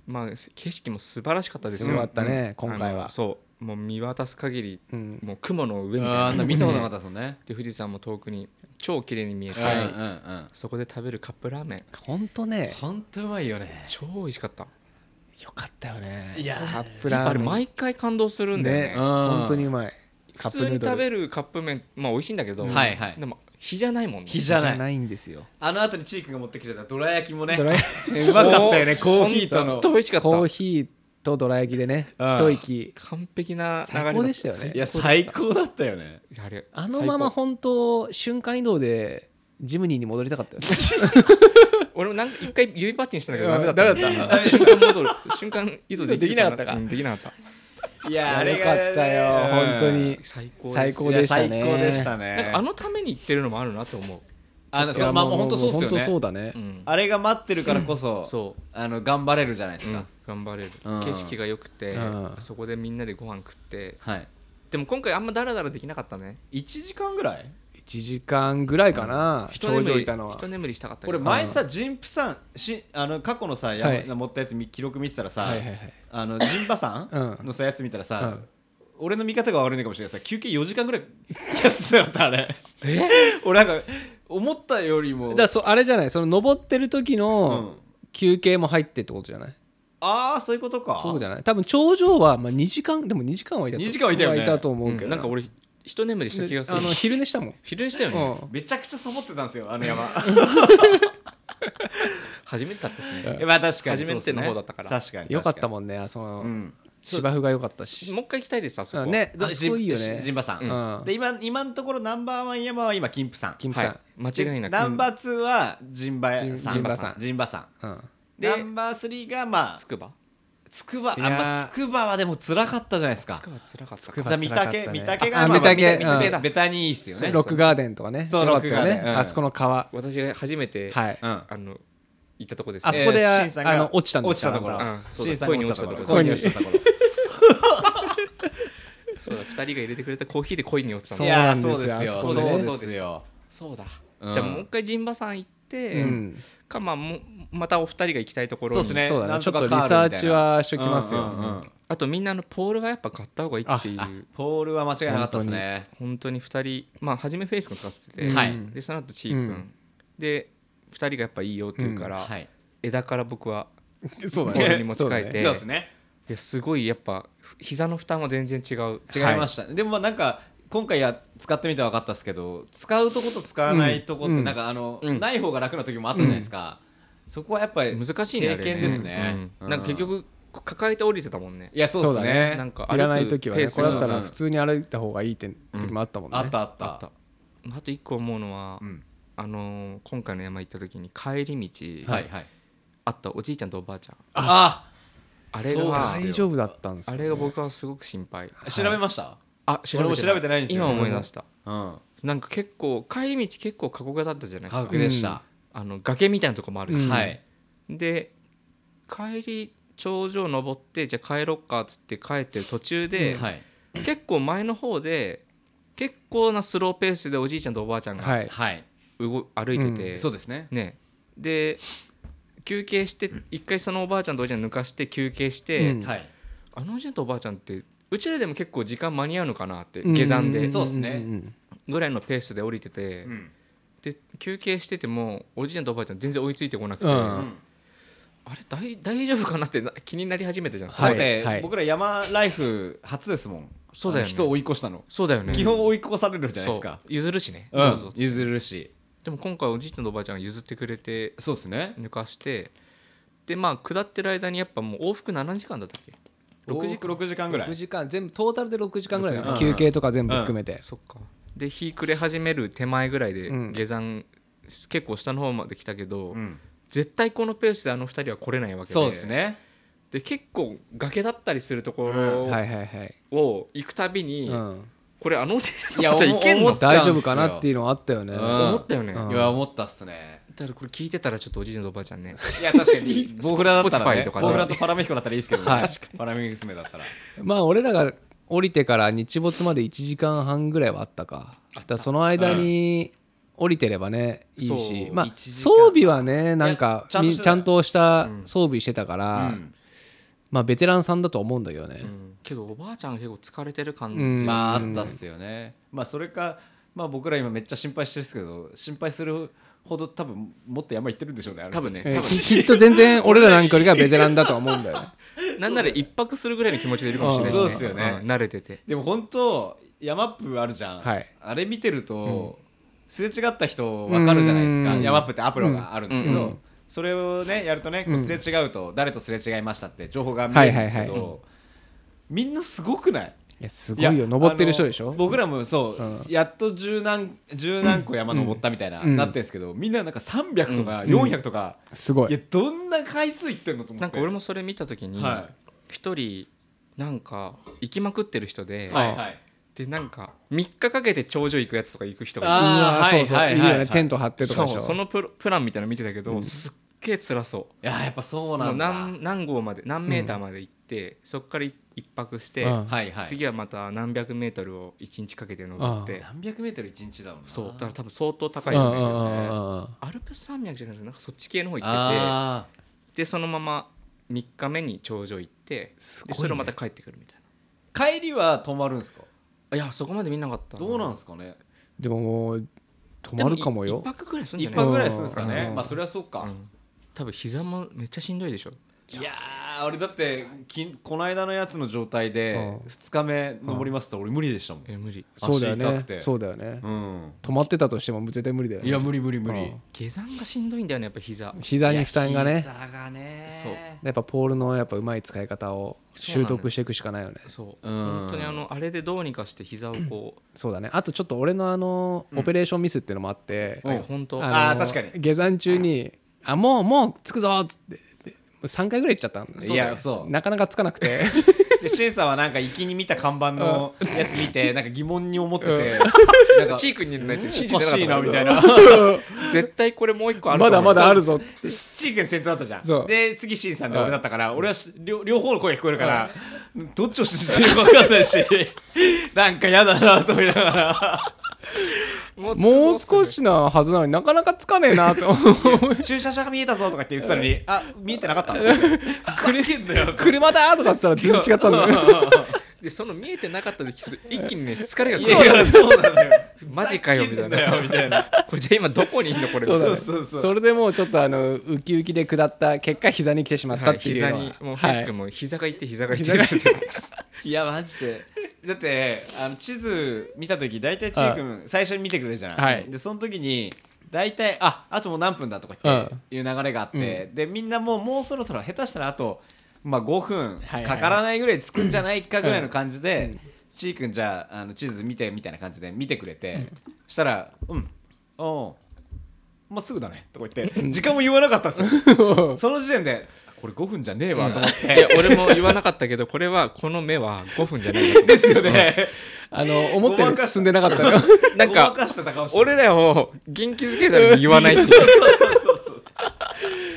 Speaker 3: まあ、景色も素晴らしかったですよ
Speaker 2: すごかったね
Speaker 3: うん
Speaker 2: 今回は
Speaker 3: あのそうもう見渡す限り、
Speaker 2: うん
Speaker 3: もう雲の上みたい
Speaker 1: あ
Speaker 3: な
Speaker 1: ー見たことなかったですもんね
Speaker 3: で富士山も遠くに超綺麗に見えて、
Speaker 1: うんうんうん
Speaker 3: そこで食べるカップラーメン
Speaker 2: ほんとね
Speaker 1: ほんとうまいよね
Speaker 3: 超美味しかった
Speaker 2: よかったよね
Speaker 1: いや
Speaker 2: カップ
Speaker 3: あ
Speaker 2: ラー
Speaker 3: れ
Speaker 2: メン
Speaker 3: 毎回感動するんだよね
Speaker 2: ね
Speaker 1: うん
Speaker 2: 本当にうまいカ
Speaker 3: 普通
Speaker 2: ップヌー
Speaker 3: に
Speaker 2: ド
Speaker 3: 食
Speaker 2: ル
Speaker 3: べるカップ麺まあ美味しいんだけど、
Speaker 1: はいはい
Speaker 3: でも日じゃないもんね
Speaker 1: 日じ
Speaker 2: じ
Speaker 1: ゃ
Speaker 2: ゃ
Speaker 1: ない
Speaker 2: ないんですよ
Speaker 1: あの後にチークが持ってきてたどら焼きもね
Speaker 2: ドライ
Speaker 1: うまかったよねコーヒーと
Speaker 3: ほん
Speaker 1: の
Speaker 3: と美味しかった
Speaker 2: コーヒーとどら焼きでね
Speaker 1: うん
Speaker 2: 一息
Speaker 3: 完璧な流れだ
Speaker 2: 最高でしたよね
Speaker 1: いや最高だったよね
Speaker 3: あれ
Speaker 2: あのまま
Speaker 3: 最高
Speaker 2: 本当瞬間移動でジムニーに戻りたかった よね
Speaker 3: 俺もなんか一回指パッチンしたんだけどダ
Speaker 2: うん
Speaker 3: メだった
Speaker 2: ダメだった
Speaker 3: 瞬間戻る瞬間移動できる
Speaker 2: できなかったか
Speaker 3: うんできなかっ
Speaker 1: いやあれ
Speaker 2: よ
Speaker 1: が
Speaker 2: かっ
Speaker 1: ね
Speaker 2: たよ本当に
Speaker 3: た最高です
Speaker 2: 最高でしたね
Speaker 1: いや最高でしたね
Speaker 3: なんかあのために行ってるのもあるなと思う
Speaker 1: あの
Speaker 2: いや
Speaker 1: そうまあ
Speaker 2: も
Speaker 1: 本当そうっすよ
Speaker 2: も
Speaker 1: ね
Speaker 2: 本当そうだね
Speaker 3: うん
Speaker 1: あれが待ってるからこそ,、
Speaker 3: そう
Speaker 1: あの頑張れるじゃないです
Speaker 3: う
Speaker 1: か、
Speaker 3: ん頑張れる
Speaker 1: うん
Speaker 3: 景色が良くて
Speaker 2: うん
Speaker 3: そこでみんなでご飯食って
Speaker 1: はい
Speaker 3: でも今回あんまダラダラできなかったね
Speaker 1: 1時間ぐらい
Speaker 2: 1時間ぐらいかな
Speaker 3: 一
Speaker 2: 頂
Speaker 3: 眠
Speaker 2: 上
Speaker 3: り
Speaker 2: いたのは
Speaker 3: 一眠りしたかったけど
Speaker 1: 俺前さ神父さんしあの過去のさ
Speaker 2: はい
Speaker 1: 山持ったやつみ記録見てたらさ、
Speaker 2: はいはいはい
Speaker 1: あの神馬さん
Speaker 2: うん
Speaker 1: のさやつ見たらさ、
Speaker 2: うん
Speaker 1: 俺の見方が悪いのかもしれないさ休憩4時間ぐらい休んでなかったあれ
Speaker 3: え
Speaker 1: 俺なんか思ったよりも
Speaker 2: だからそあれじゃないその登ってる時の
Speaker 1: うん
Speaker 2: 休憩も入ってってことじゃない
Speaker 1: ああそういうことか
Speaker 2: そうじゃない多分頂上はまあ2時間でも2時間はいたと
Speaker 1: 2時間はいたよね
Speaker 2: いたと思
Speaker 3: う
Speaker 2: うけ
Speaker 3: ん
Speaker 2: ど
Speaker 3: なんか俺一眠りした気が
Speaker 2: です
Speaker 3: る
Speaker 2: あの昼寝したもん
Speaker 3: 昼寝したよね
Speaker 2: う
Speaker 1: めちゃくちゃサボってたんですよあの 山
Speaker 3: 初めてだったしね
Speaker 1: まあ確かに
Speaker 3: 初めての方だったから
Speaker 1: そうすね確かに
Speaker 2: よかった
Speaker 1: ん、
Speaker 2: もんねその、
Speaker 1: うん、
Speaker 2: 芝生が良かったし
Speaker 3: もう一回行きたいですあそこ
Speaker 2: あねあそこいいよ
Speaker 1: ジ
Speaker 2: ね
Speaker 1: ンジンバさん、
Speaker 2: うん
Speaker 1: で今今のところナンバーワン山は今金プさん
Speaker 2: 金プ
Speaker 3: は
Speaker 2: さん、
Speaker 3: い間違いなく
Speaker 1: でナンバーツーはジンバさん
Speaker 2: ジンジンバさん
Speaker 1: ジンバさん
Speaker 2: うん
Speaker 3: で
Speaker 1: ナンバースリーがまあ
Speaker 3: つくば
Speaker 1: つくばあ
Speaker 2: いやー
Speaker 1: まあつくばはでも辛かったじゃないです
Speaker 3: つ
Speaker 1: か
Speaker 3: くばつらかった
Speaker 2: くば
Speaker 1: だから御
Speaker 2: 辛かったね
Speaker 1: 嶽御嶽
Speaker 2: あ
Speaker 1: がまあ
Speaker 2: 御嶽
Speaker 1: まあ
Speaker 2: うん
Speaker 1: だベタにいいっすよね
Speaker 2: ロックガーデンとかね
Speaker 1: そう
Speaker 2: よかったよ
Speaker 1: ロッ
Speaker 2: ね
Speaker 1: クガーデンうん
Speaker 2: あそこの川
Speaker 3: 私が初めて、
Speaker 2: はい
Speaker 1: うん
Speaker 3: あの行ったとこです、
Speaker 2: あそこで
Speaker 1: えーシンさんが
Speaker 2: あの落ちたんです
Speaker 1: 落ちたところ
Speaker 2: あ
Speaker 3: なたは
Speaker 1: シンさんが
Speaker 3: 恋に
Speaker 1: 落ち
Speaker 3: 落ち
Speaker 1: た
Speaker 3: た
Speaker 1: と
Speaker 3: と
Speaker 1: こ
Speaker 3: こ
Speaker 1: ろ
Speaker 3: ろ
Speaker 1: 恋に落ちたところ
Speaker 3: そうだ2人が入れてくれたコーヒーで恋に落ちた
Speaker 2: そ
Speaker 3: の
Speaker 2: う
Speaker 1: い
Speaker 2: な
Speaker 1: や
Speaker 2: ん
Speaker 1: ー
Speaker 2: ですよ
Speaker 1: そうですよ
Speaker 2: あ
Speaker 1: そう
Speaker 2: そこでね
Speaker 1: ですよ
Speaker 3: そうだ、
Speaker 1: うん
Speaker 3: じゃあもう一回陣馬さん行って、
Speaker 2: うん
Speaker 3: かまあもまたお二人が行きたいところ
Speaker 1: そう
Speaker 3: に
Speaker 1: ですね
Speaker 2: そうだね
Speaker 1: なんか
Speaker 2: ちょっとリサーチはしときますよ
Speaker 1: カールみたいなうんうんうん
Speaker 3: あとみんなあのポールはやっぱ買った方がいいってい
Speaker 2: あ
Speaker 3: う
Speaker 1: ポールは間違いなかったですね
Speaker 3: 本当に二人まあ初めフェイス君使ってて、
Speaker 2: うん
Speaker 1: はい
Speaker 3: でその後チー君、
Speaker 2: うん
Speaker 3: で二人がやっぱいいよって言うから、
Speaker 1: はい
Speaker 3: 枝から僕は
Speaker 2: そうだ
Speaker 3: ボー
Speaker 2: ね
Speaker 3: ルに持ち替え
Speaker 1: そう
Speaker 3: て
Speaker 1: ですね
Speaker 3: いやすごいやっぱふ膝の負担は全然違う
Speaker 1: 違いました、でもまあなんか今回や使ってみて分かったですけど使うとこと使わないとこっ
Speaker 2: うんう
Speaker 1: て
Speaker 2: ん
Speaker 1: なんかあの、
Speaker 3: うん
Speaker 1: ない方が楽な時もあったじゃないですか、そこはやっぱり
Speaker 3: 難しいね
Speaker 1: 経験です
Speaker 3: あれ
Speaker 1: ね
Speaker 3: ね、うんなんか結局抱えて降りてたもんね
Speaker 1: いやそうです
Speaker 2: そうだ
Speaker 1: ね
Speaker 2: ね
Speaker 3: なんか歩
Speaker 2: い
Speaker 3: く
Speaker 2: らない時は
Speaker 3: ペ
Speaker 2: ね
Speaker 3: ース
Speaker 2: こ
Speaker 3: が
Speaker 2: れだったら普通に歩いた方がいいって時もあったもんね
Speaker 1: あったあった
Speaker 3: あったあと一個思うのは、
Speaker 1: うん
Speaker 3: あのー今回の山行った時に帰り道、
Speaker 1: はいはい
Speaker 3: あったおじいちゃんとおばあちゃん
Speaker 1: あ
Speaker 3: あれ
Speaker 1: そうな
Speaker 3: が
Speaker 1: んです
Speaker 2: 大
Speaker 1: よ
Speaker 2: 丈夫だったんです
Speaker 3: あ
Speaker 2: か
Speaker 3: れが僕はすごく心配
Speaker 1: 調べました、
Speaker 3: あ調べ
Speaker 1: 俺も調べてないんですよ
Speaker 3: 今思い出した
Speaker 1: うん
Speaker 3: なんか結構帰り道結構過酷だったじゃないで
Speaker 1: 価
Speaker 3: すか
Speaker 1: 格でした、
Speaker 3: あの崖みたいなとこもあるし、
Speaker 2: うん
Speaker 1: はい
Speaker 3: で帰り頂上登ってじゃあ帰ろっかっつって帰ってる途中で、
Speaker 1: はい
Speaker 3: 結構前の方で結構なスローペースでおじいちゃんとおばあちゃんが
Speaker 2: はい
Speaker 1: はい、
Speaker 3: うご歩いてて、
Speaker 1: そうですね
Speaker 3: ねで休憩して一回そのおばあちゃんとおじいちゃん抜かして休憩して、
Speaker 2: うん
Speaker 1: はい
Speaker 3: あのおじいちゃんとおばあちゃんってうちらでも結構時間間に合うのかなって
Speaker 2: うん
Speaker 3: 下山で
Speaker 1: んそうっすね
Speaker 2: ん
Speaker 3: ぐらいのペースで降りてて、
Speaker 1: うん
Speaker 3: で休憩しててもおじいちゃんとおばあちゃん全然追いついてこなくて、
Speaker 2: うん
Speaker 1: う
Speaker 3: あ
Speaker 1: ん
Speaker 3: れ大大丈夫かなってな気になり始めたじゃん、
Speaker 1: だ
Speaker 2: は
Speaker 1: っ
Speaker 2: い
Speaker 1: て、
Speaker 2: はい
Speaker 1: 僕ら山ライフ初ですもん
Speaker 3: そうだよ
Speaker 1: あ
Speaker 3: ね
Speaker 1: の人を追い越したの、
Speaker 3: そうだよね
Speaker 1: 基本追い越されるじゃないです
Speaker 3: そう
Speaker 1: か
Speaker 3: 譲るしね、
Speaker 1: う
Speaker 3: どうぞ
Speaker 1: ん譲るし
Speaker 3: でも今回おじいちゃんとおばあちゃんが譲ってくれて
Speaker 1: そうですね
Speaker 3: 抜かしてでまあ下ってる間にやっぱもう往復7時間だったっけ
Speaker 1: 6
Speaker 3: 6
Speaker 1: 時
Speaker 3: 時間
Speaker 1: 6時間ぐら
Speaker 2: 6
Speaker 1: い
Speaker 2: 時間全部トータルで6時間ぐらいか
Speaker 1: うん
Speaker 2: な休憩とか全部含めて
Speaker 3: そっかで日暮れ始める手前ぐらいで
Speaker 2: うん
Speaker 3: 下山、結構下の方まで来たけど、
Speaker 1: うん
Speaker 3: 絶対このペースであの2人は来れないわけで
Speaker 1: そうですね
Speaker 3: で結構崖だったりするとこ
Speaker 2: はい
Speaker 3: ろ
Speaker 2: はいはい
Speaker 3: を行くたびに、
Speaker 2: うん
Speaker 3: これあのおじいちゃん
Speaker 1: い
Speaker 3: と
Speaker 1: や
Speaker 3: おばあちゃんいけんの
Speaker 1: 思
Speaker 3: 思
Speaker 1: っ
Speaker 3: った
Speaker 1: んすよ
Speaker 2: 大丈夫かなっていうのはあったよね
Speaker 1: うん
Speaker 3: たよね、
Speaker 2: うん
Speaker 1: いや思ったっすね
Speaker 3: ただこれ聞いてたらちょっとおじいちゃんとおばあちゃんね
Speaker 1: いや確かに
Speaker 3: スポ
Speaker 1: 僕らだったら
Speaker 3: Spotify
Speaker 1: ね
Speaker 3: とかで
Speaker 1: 僕らとパラメヒコだったらいいですけどね
Speaker 2: はい
Speaker 1: 確かにパラメヒコ娘だったら
Speaker 2: まあ俺らが降りてから日没まで1時間半ぐらいはあったかだからその間に降りてればねいいし
Speaker 3: そう
Speaker 2: まあ
Speaker 1: 1時間
Speaker 2: 装備はねなんか
Speaker 1: いやちゃんとして
Speaker 2: み
Speaker 1: たよ
Speaker 2: ちゃんとした装備してたか
Speaker 1: う
Speaker 2: ら
Speaker 1: ん
Speaker 2: まあベテランさんだと思うんだけどね
Speaker 3: けどおばあちゃんが結構疲れてる感じ、
Speaker 2: うん
Speaker 1: まああったっすよねまあそれかまあ僕ら今めっちゃ心配してるんですけど心配するほど多分もっと山行ってるんでしょうねあの人
Speaker 3: 多分ね
Speaker 2: えーきっ と全然俺らなんかよりがベテランだとは思うん だよね
Speaker 3: なんなら一泊するぐらいの気持ちでいるかもしれないし
Speaker 1: そうっすよね
Speaker 3: うん慣れてて
Speaker 1: でも本当山っぷあるじゃん、
Speaker 2: はい
Speaker 1: あれ見てると、すれ違った人分かるじゃないですか
Speaker 2: うん
Speaker 1: 山っぷってアプロがあるんですけど、
Speaker 2: うんうん
Speaker 1: それをねやるとねこうすれ違うと、誰とすれ違いましたって情報が見
Speaker 2: は
Speaker 1: え
Speaker 2: い
Speaker 1: るん
Speaker 2: はい
Speaker 1: で
Speaker 2: はい
Speaker 1: すけど、みんなすごくない
Speaker 2: いやすごいよ登ってる人でし
Speaker 1: あ
Speaker 2: ょ
Speaker 1: の僕らもそう、
Speaker 2: うん
Speaker 1: やっと十何十何個山登ったみたいな、
Speaker 2: うん
Speaker 1: なってるんですけどみんななんか300とか
Speaker 2: ん
Speaker 1: 400とか、
Speaker 2: すご
Speaker 1: いや
Speaker 2: い
Speaker 1: どんな回数いってんのと思って
Speaker 3: なんか俺もそれ見た時に
Speaker 1: は
Speaker 3: 一人なんか行きまくってる人で、
Speaker 1: はいはい
Speaker 3: でなんか3日かけて頂上行くやつとか行く人がい
Speaker 2: あ
Speaker 3: て
Speaker 1: あー
Speaker 2: そうそ
Speaker 1: は
Speaker 2: う
Speaker 1: いはい
Speaker 2: いる
Speaker 1: はい
Speaker 2: よねテント張ってと
Speaker 3: し
Speaker 2: か
Speaker 3: か
Speaker 2: でし
Speaker 3: も
Speaker 2: ょ
Speaker 3: そのプロプランみたいなの見てたけど、すっげえ辛そ
Speaker 1: いややっぱそう
Speaker 3: う
Speaker 1: な
Speaker 3: もうん
Speaker 1: だ
Speaker 3: 何何号まで何メーターまで行って、そこからい一泊して、
Speaker 2: うん
Speaker 1: はいはい
Speaker 3: 次はまた何百メートルを1日かけて登って
Speaker 1: 何百メートル一日だもんな
Speaker 3: そうだから多分相当高
Speaker 2: う
Speaker 3: い
Speaker 2: ん
Speaker 3: ん
Speaker 2: う
Speaker 3: ですよ
Speaker 2: んうんうんうん
Speaker 3: アルプス山脈じゃなくてなんかそっち系の方行って
Speaker 1: あー
Speaker 3: てでそのまま3日目に頂上行って
Speaker 2: すごい
Speaker 3: で
Speaker 2: ね
Speaker 3: それをまた帰ってくるみたい
Speaker 1: 帰りは泊まるんですか
Speaker 3: ないやそこまで見なかった
Speaker 1: どうなん
Speaker 3: で
Speaker 1: ですかね
Speaker 2: でももう止まるかも
Speaker 3: 一
Speaker 2: よ
Speaker 3: 泊ぐらいするんじゃ
Speaker 1: 一
Speaker 3: ない
Speaker 1: 泊ぐらいするんですかね
Speaker 2: うん
Speaker 1: まあそれはそうか
Speaker 3: うん多分膝もめっちゃしんどいでしょ
Speaker 1: いやー俺だってきんこの間のやつの状態で
Speaker 2: うん
Speaker 1: 2日目登りますって俺無理でしたもん
Speaker 3: え無理
Speaker 2: そうだよ
Speaker 1: 足痛く
Speaker 2: ね
Speaker 1: て
Speaker 2: そうだよね
Speaker 1: うん
Speaker 2: 止まってたとしても絶対無理だよね
Speaker 1: いや無理無理無
Speaker 2: う
Speaker 1: 理
Speaker 2: ん
Speaker 3: 下山がしんどいんだよねやっぱ膝
Speaker 2: 膝に負担が
Speaker 1: いや
Speaker 2: ね
Speaker 1: 膝がね
Speaker 3: そ
Speaker 2: やっぱポールのやっぱうまい使い方を習得していくしかないよね
Speaker 3: そう
Speaker 1: うん
Speaker 3: 本当にあのあれでどうにかして膝をこ
Speaker 2: そうだねあとちょっと俺のあのオペレーションミスっていうのもあって、
Speaker 1: う
Speaker 3: う
Speaker 1: ん
Speaker 3: はい本当
Speaker 1: あ
Speaker 2: の
Speaker 1: ー確かに
Speaker 2: 下山中に「あもうもう着くぞ!」っつって3回ぐらい行っちゃったんだよ
Speaker 1: いやそう
Speaker 2: なかなか着かなく て
Speaker 1: でシェンさんはなんか粋に見た看板のやつ見てなんか疑問に思っててなん か
Speaker 3: チークにのやつ信じ
Speaker 1: お
Speaker 3: て
Speaker 1: か
Speaker 3: なかっ
Speaker 1: しいなみたいな
Speaker 3: 絶対これもう一個あると 思
Speaker 2: まだ
Speaker 3: う
Speaker 2: まだあるぞっつって
Speaker 1: チークに先頭だったじゃ
Speaker 2: そ
Speaker 1: ん
Speaker 2: う
Speaker 1: で次シンさんで俺だったから俺はし両両方の声が聞こえるからどっちを信じてるか分かんないしなんか嫌だなと思いながら
Speaker 3: も
Speaker 2: もう少しなはずなのになかなかつかねえなと思う
Speaker 1: 駐車場が見えたぞとか言って言ってたのに、あ見えてなかった。ふざけんなよ。
Speaker 2: 車だとかっつったら全然違ったんだよ
Speaker 3: でその見えてなかったで聞くと一気にね疲れが
Speaker 1: い
Speaker 3: 来
Speaker 1: やい
Speaker 3: る
Speaker 1: やそうなんだよ。
Speaker 3: マジかよみたい
Speaker 1: ふ
Speaker 3: な
Speaker 1: ざけんみたいな。
Speaker 3: これじゃあ今どこにいんのこれ
Speaker 1: そうだね
Speaker 2: それでもうちょっとあのウキウキで下った結果膝に来てしまった
Speaker 3: は
Speaker 2: っ
Speaker 3: い、
Speaker 2: ていうの
Speaker 3: 膝
Speaker 2: は、
Speaker 3: にもう
Speaker 2: はい
Speaker 3: 岸君も膝が痛い膝が痛
Speaker 2: 膝
Speaker 3: い
Speaker 2: が
Speaker 1: いやマジでだってあの地図見た時大体ちい君最初に見てくれるじゃん、
Speaker 2: はい
Speaker 1: でその時に大体ああともう何分だとか言って、いう流れがあって、でみんなもうもうそろそろ下手したらあと、まあ、5分
Speaker 2: はいはい
Speaker 1: かからないぐらいつくんじゃないかぐらいの感じで、ちい君じゃああの地図見てみたいな感じで見てくれて、したら「うんおうまあ、すぐだね」とか言って時間も言わなかったんですよその時点でこれ5分じゃねえわと思って、
Speaker 3: いや俺も言わなかったけどこれはこの目は5分じゃな いよ
Speaker 1: ですよね、
Speaker 2: あの思ったより進んでなかったの
Speaker 3: なん
Speaker 1: ごま
Speaker 3: か
Speaker 1: かしてた顔して
Speaker 3: 俺らを元気づけるために言わないっていう
Speaker 1: そうそうそうそうそう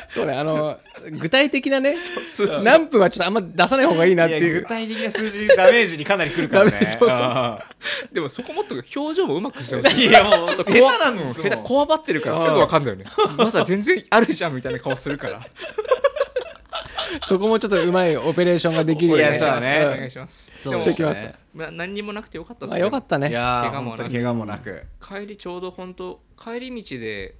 Speaker 2: そうねあの具体的なね何分はちょっとあんま出さない方がいいなっ
Speaker 1: い
Speaker 2: て
Speaker 1: や
Speaker 2: いう
Speaker 1: 具体的な数字ダメージにかなりくるから
Speaker 2: ダ
Speaker 1: ね
Speaker 2: メそうそう
Speaker 3: でもそこもっと表情もうまくしてほし
Speaker 1: ん
Speaker 3: い
Speaker 1: いやもう
Speaker 3: ちょっと
Speaker 1: 下手なんです
Speaker 3: 下
Speaker 1: もん
Speaker 3: 手こわばってるからすぐわかんだよねまだ全然あるじゃんみたいな顔す るから
Speaker 2: そこもちょっとうまいオペレーションができるよ
Speaker 1: い
Speaker 2: ね
Speaker 1: やそうだね
Speaker 3: お願いします
Speaker 1: そ
Speaker 3: で
Speaker 1: う
Speaker 3: も
Speaker 1: で
Speaker 2: し
Speaker 1: す
Speaker 2: た
Speaker 1: ね
Speaker 3: まあ何にもなくてよかった
Speaker 2: まあよかった
Speaker 1: い
Speaker 2: ね
Speaker 1: や
Speaker 3: 怪我
Speaker 1: ー本
Speaker 3: もなく
Speaker 1: 当に怪我もなく
Speaker 3: 帰りちょうど本当帰り道で